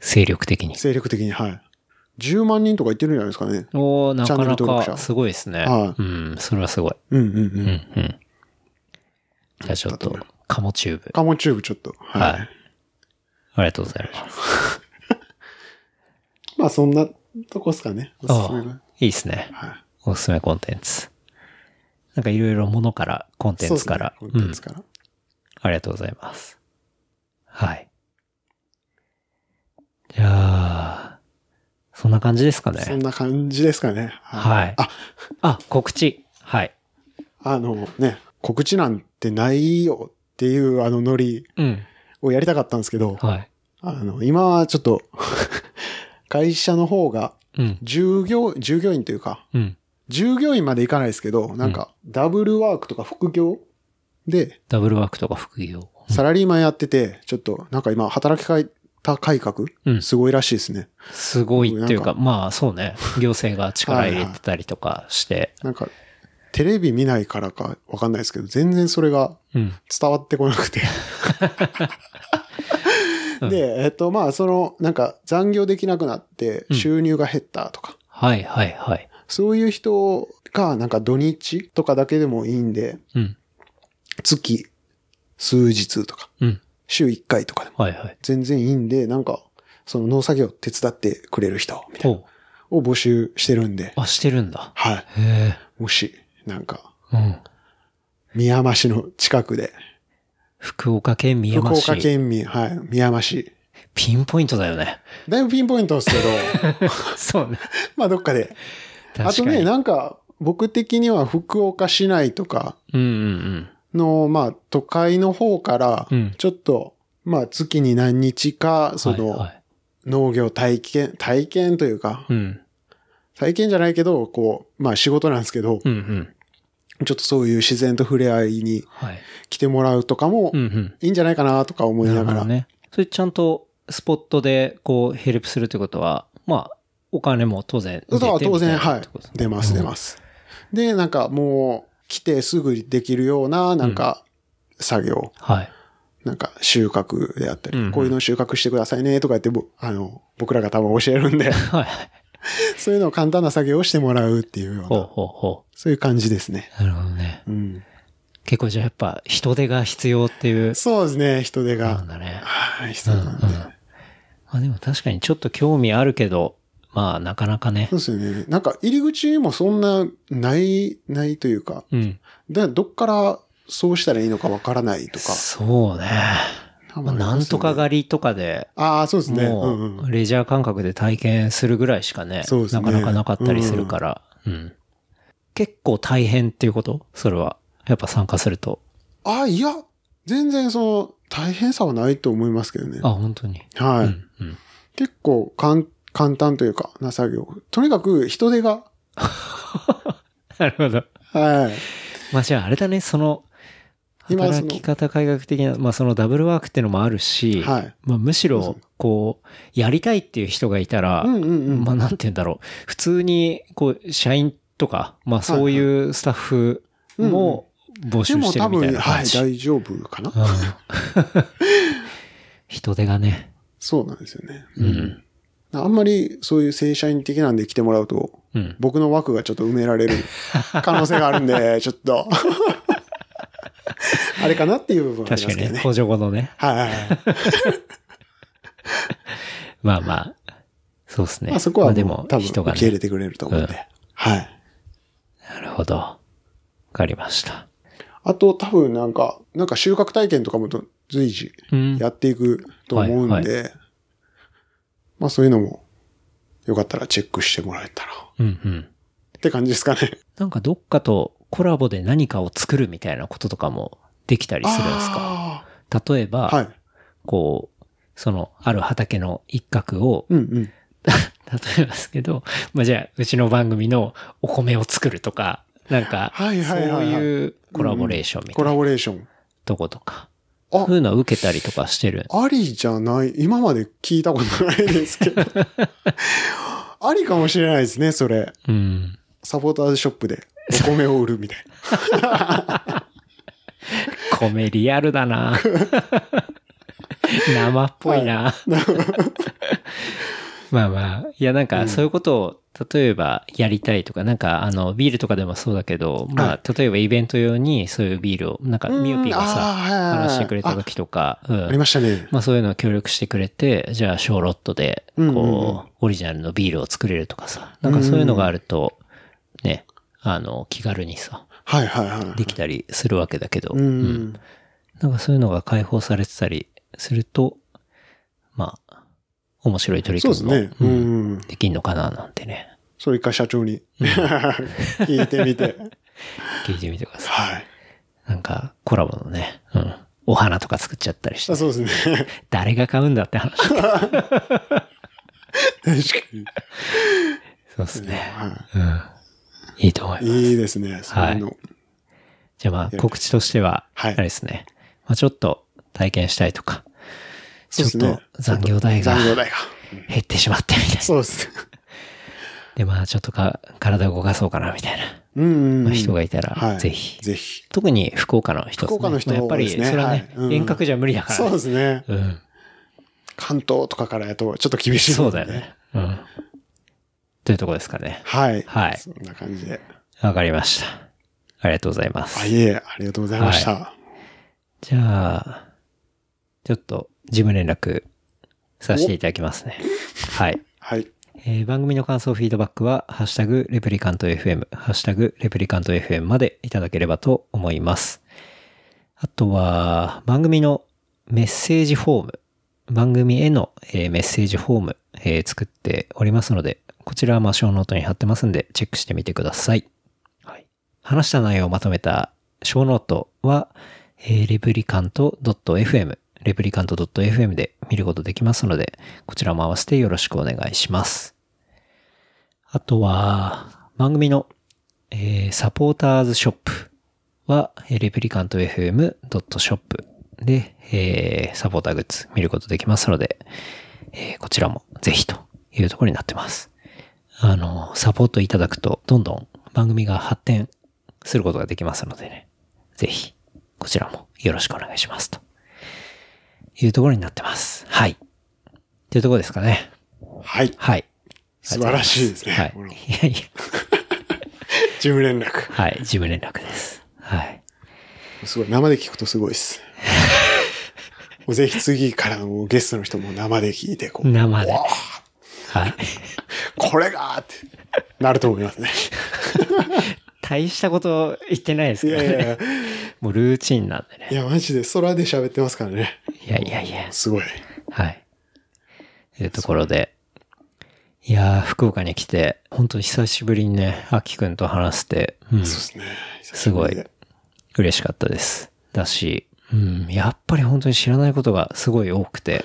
精力的に。
精力的に、はい。10万人とか言ってるんじゃないですかね。
おおなか
チャンネル
な
登録者
かすごいですね。
は
うん、それはすごい。
うんうんう。
うんん、うん。じゃあちょっと、カモチューブ。
カモチューブちょっと。はい。
はいありがとうございます。
まあそんなとこっすかね。おすすめ
あ
が
あいいですね。
はい。
おすすめコンテンツ。なんかいろいろものから、コンテンツから。
そううですねコンテン
ん
ツ。から。
ありがとうございます。はい。じゃあ、そんな感じですか
そ
ね
ん。な感じですかね。
はい
あ、
あ、告知。はい。
あのね、告知なんてないよっていうあのノリ
うん。
をやりたかったんですけど、
はい。
あの、今はちょっと、 会社の方が
うん。
従業、従業員というか、
うん。
従業員までいかないですけど、なんか、ダブルワークとか副業で、
ダブルワークとか副業。
サラリーマンやってて、ちょっと、なんか今、働き方改革
うん
すごいらしいですね。
すごいっていう
な
か、まあそう ね。行政が力入れてたりとかして。
なんか、テレビ見ないからかわかんないですけど、全然それが
うん。
伝わってこなくて。で、えっと、まあ、その、なんか残業できなくなって
うん
収入が減ったとか、
はいはいはい。
そういう人が、なんか土日とかだけでもいいんで、
うん。
月、数日とか、
うん。
週1回とかでも
はいはい。
全然いいんで、なんか、その農作業手伝ってくれる人、みたいな、
お
を募集してるんで、
あ、してるんだ。
はい。
へえ。
もし、なんか、
うん。
宮山市の近くで、
福岡県宮
福
山市。
岡県民、はい、宮山市。
ピンポイントだよ ね。
だいぶピンポイントですけ ど、
そうね。
まあどっかで。あと
確か
ね、
に。
なんか、僕的には福岡市内とか
うんうん
の、まあ都会の方から
うん、
ちょっと、まあ、月に何日か、そ
はいは
の、
い
農業体験、体験というか、
うん。
体験じゃないけど、こう、まあ仕事なんですけど、
うんうん。
ちょっとそういう自然と触れ合いに
はい。
来てもらうとかも
うんうん。
いいんじゃないかなとか思いながら。
ね。それちゃんとスポットでこうヘルプするってことは、まあ、お金も当然
そ
出
うそう
て
当然、
みた
は
ないってこと。
出ます、出ます。で、なんかもう、来てすぐできるような、なんか、作業、
はい。
なんか収穫であったり、
うんうん
こういうの収穫してくださいね、とか言って、ぼあの、僕らが多分教える んで、
はい。
そういうのを簡単な作業をしてもらうっていうよう
ほう
な、
ほうほ
そういう感じですね。
う。なるほどね。
うん。
結構じゃあやっぱ人手が必要っていう。
そうですね、人手
なん
が。
だね。
はい、必要なんで。
うんうんあでも確かにちょっと興味あるけど、まあなかなかね
そ。うですよね。なんか入り口もそんなない、ないというか、
うん。
だどっからそうしたらいいのかわからないとか。
そうね。まあなんとか狩りとかで、
ああ、そうですね。うん
も
うん
うレジャー感覚で体験するぐらいしかね、
そうですね
なかなかなかったりするから、うん結構大変っていうことそれは。やっぱ参加すると。
ああ、いや、全然その、大変さはないと思いますけどね。
あ、本当に。
はい。
うん、うん。
結構かん、簡単というか、な作業。とにかく人手が、
なるほど。
はい。
まあじゃああれだね、その、
今そ
働
の
き方改革的な、まあそのダブルワークっていうのもあるし、
はい
まあむし
そう
ろ
そ、
こう、やりたいっていう人がいたら、
うんうんうん。
まあなんて言うんだろう。普通に、こう、社員とか、まあそういうスタッフも募
で
集
も
して
多
るみたい
分、
な
は
感
い、
じ。
大丈夫かな、
うん 人手がね。
そうなんですよね。
うん。
あんまりそういう正社員的なんで来てもらうと、
うん。
僕の枠がちょっと埋められ る可能性があるんで、ちょっと。あれかなっていう部分はあ
確
りま
か
すけ
にね、
どね。
補助後のね。
はいはいはい。
まあまあ、そうですね。
まあそこは
で
も
も
う、多分
人が
受け入
ね。
れてくれると思うんで。
うん
はい。
なるほど。わかりました。
あと多分なんか、なんか収穫体験とかもど随時
うん。
やっていくと思うんで、まあそういうのも、よかったらチェックしてもらえたら、
うんうん。
って感じですかね。
なんかどっかとコラボで何かを作るみたいなこととかもできたりするんですか
あ
例えば、
ーはい。
こう、その、ある畑の一角を、
うんうん。
例えばですけど、まあ、じゃあ、うちの番組のお米を作るとか、なんか、そう
はいはいはいはい
いうコラボレーションみた
コ
いな
ラボレーション。
とことか、
あ
そういうのは受けたりとかしてる。
ありじゃない、今まで聞いたことないです けど。ありかもしれないですね、それ。
うん。
サポーターズショップでお米を売るみたいな。
米リアルだな 生っぽいな、まあまあ、いやなんかそういうことを、例えばやりたいとか、なんかあの、ビールとかでもそうだけど、まあ、例えばイベント用にそういうビールを、なんかミューピーがさ、
さ
話してくれた時とか、うん
ありましたね。
まあそういうのを協力してくれて、じゃあ小ロットで、こう、
うんうんうん
オリジナルのビールを作れるとかさ、なんかそういうのがあると、ね、あの、気軽にさ、
はいはいはい。
できたりするわけだけど、
うん
う
うん
ん。なんかそういうのが解放されてたりすると、まあ、面白い取り
そう
組
です
みも、
ね。う
うん
ん。
できんのかななんてね、
それ一回社長に聞いてみて。
聞いてみてくださ
はい。
い。なんか、コラボのね、うん。お花とか作っちゃったりして
あ、、そうですね。
誰が買うんだ って話。そう
確かに。
ですね。
は
うん。いいと思います。
い。いいですね。そういうの。
じゃあまあ告知としては、
はい
あれですね。まあちょっと体験したいとか、
そうです
ちょっ
ね
と。残業代が
残業代が。
減ってしまってみたいな。
そうですね。
でまあちょっとか体を動かそうかなみたいな、
うんうんう
まあ
ん。
人がいた
は
ら、
い
ぜひ。
ぜひ。
特に福岡の人ですね。
福岡の人
まあやっぱり、
多い
そ
ですね
れはね、
はいうん
遠隔じゃ無理だからね、
そうですね。
うん。
関東とかからやとちょっと厳しい、
そうだよ。ね。うん。というとこですかね。
はい。
はい
そんな感じで。
わかりました。ありがとうございます
あ、。いえ、ありがとうございました。
じゃあ、ちょっと事務連絡させていただきますね。はい。
はい。
えー番組の感想、フィードバックは、ハッシュタグ、レプリカント FM、ハッシュタグ、レプリカント FM までいただければと思います。あとは、番組のメッセージフォーム、番組への、えーメッセージフォーム、えー作っておりますので、こちらはまあ、ショーノートに貼ってますんで、チェックしてみてください。はい、話した内容をまとめた小ノートは、えー、レプリカント .fm、レプリカント .fm で見ることできますので、こちらも合わせてよろしくお願いします。あとは、番組の、えーサポーターズショップは、えーレプリカント FM.shop で、えーサポーターグッズ見ることできますので、えーこちらもぜひというところになってます。あの、サポートいただくと、どんどん番組が発展することができますのでね、ぜひ、こちらもよろしくお願いします。というところになってます。はい。というところですかね。
はい。
はい。
素晴らしいですね
はい。
この
いやいや、
事務連絡。
はい。事務連絡です。はい。
すごい。生で聞くとすごい っす。もうぜひ次からのゲストの人も生で聞いて、こう、
生で。はい。
これがーってなると思い ますね。
大したこと言ってないです
い
けど
や
ね。
いやいや、
もうルーチンなんで
い
ね。
やマジで空で喋ってますからね。
いやいやいや。
すごい。
はい。というところで。いやー、福岡に来て、本当久しぶりにね、あきくんと話して、うん、
そうですね。久しぶりです
嬉しかったです。だし、うん、やっぱり本当に知らないことがすごい多くて、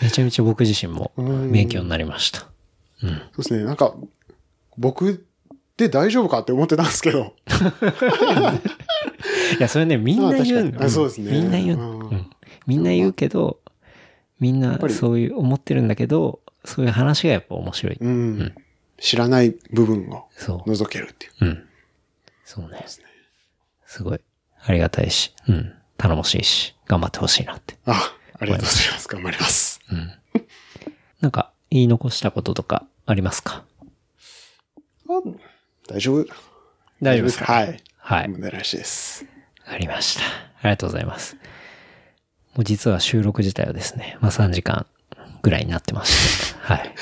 めちゃめちゃ僕自身も
ん
勉強になりました。
そうですね。なんか、僕で大丈夫かって思ってたんですけど。
いや、それね、みんな言うん
あ確かにあそうですね
みんな言う、
うん
うんみんな言うけど、みんな
ぱり
そういう思ってるんだけど、そういう話がやっぱ面白い。
うん。知らない部分を
そう。
覗けるっていう。
うん。そうね。すごい。ありがたいし、うん。頼もしいし、頑張ってほしいなって。
あ、ありがとうございます。頑張ります。
なんか、言い残したこととかありますか
あ大丈夫
大丈夫ですか
はい。
はい。
問題なしです。
わかりました。ありがとうございます。もう実は収録自体はですね、まあ3時間ぐらいになってま して。はい。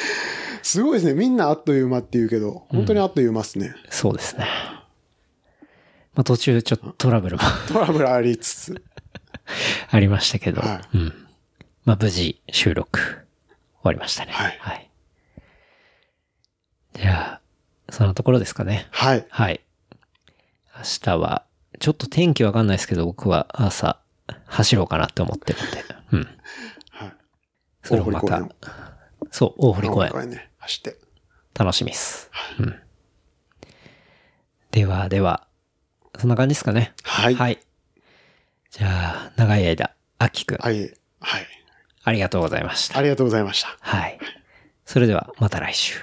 すごいですね。みんなあっという間って言うけど、本当にあっという間っすね。
そうですね。まあ途中ちょっとトラブルも
トラブルありつつ。
ありましたけど、
は
うん。まあ無事収録終わりましたね。
はい
じゃあ、そのところですかね。
はい。
はい。明日は、ちょっと天気わかんないですけど、僕は朝走ろうかなって思ってるんで。うん。
はい。
それをま
大
た
堀、
そう、大堀公
公
園
園。。これね、走って。
楽しみっす。うん。では、では、そんな感じですかね。
はい。はい。
じゃあ、長い間、あきくん、
はい。
ありがとうございました。
ありがとうございました。
はい。それでは、また来週。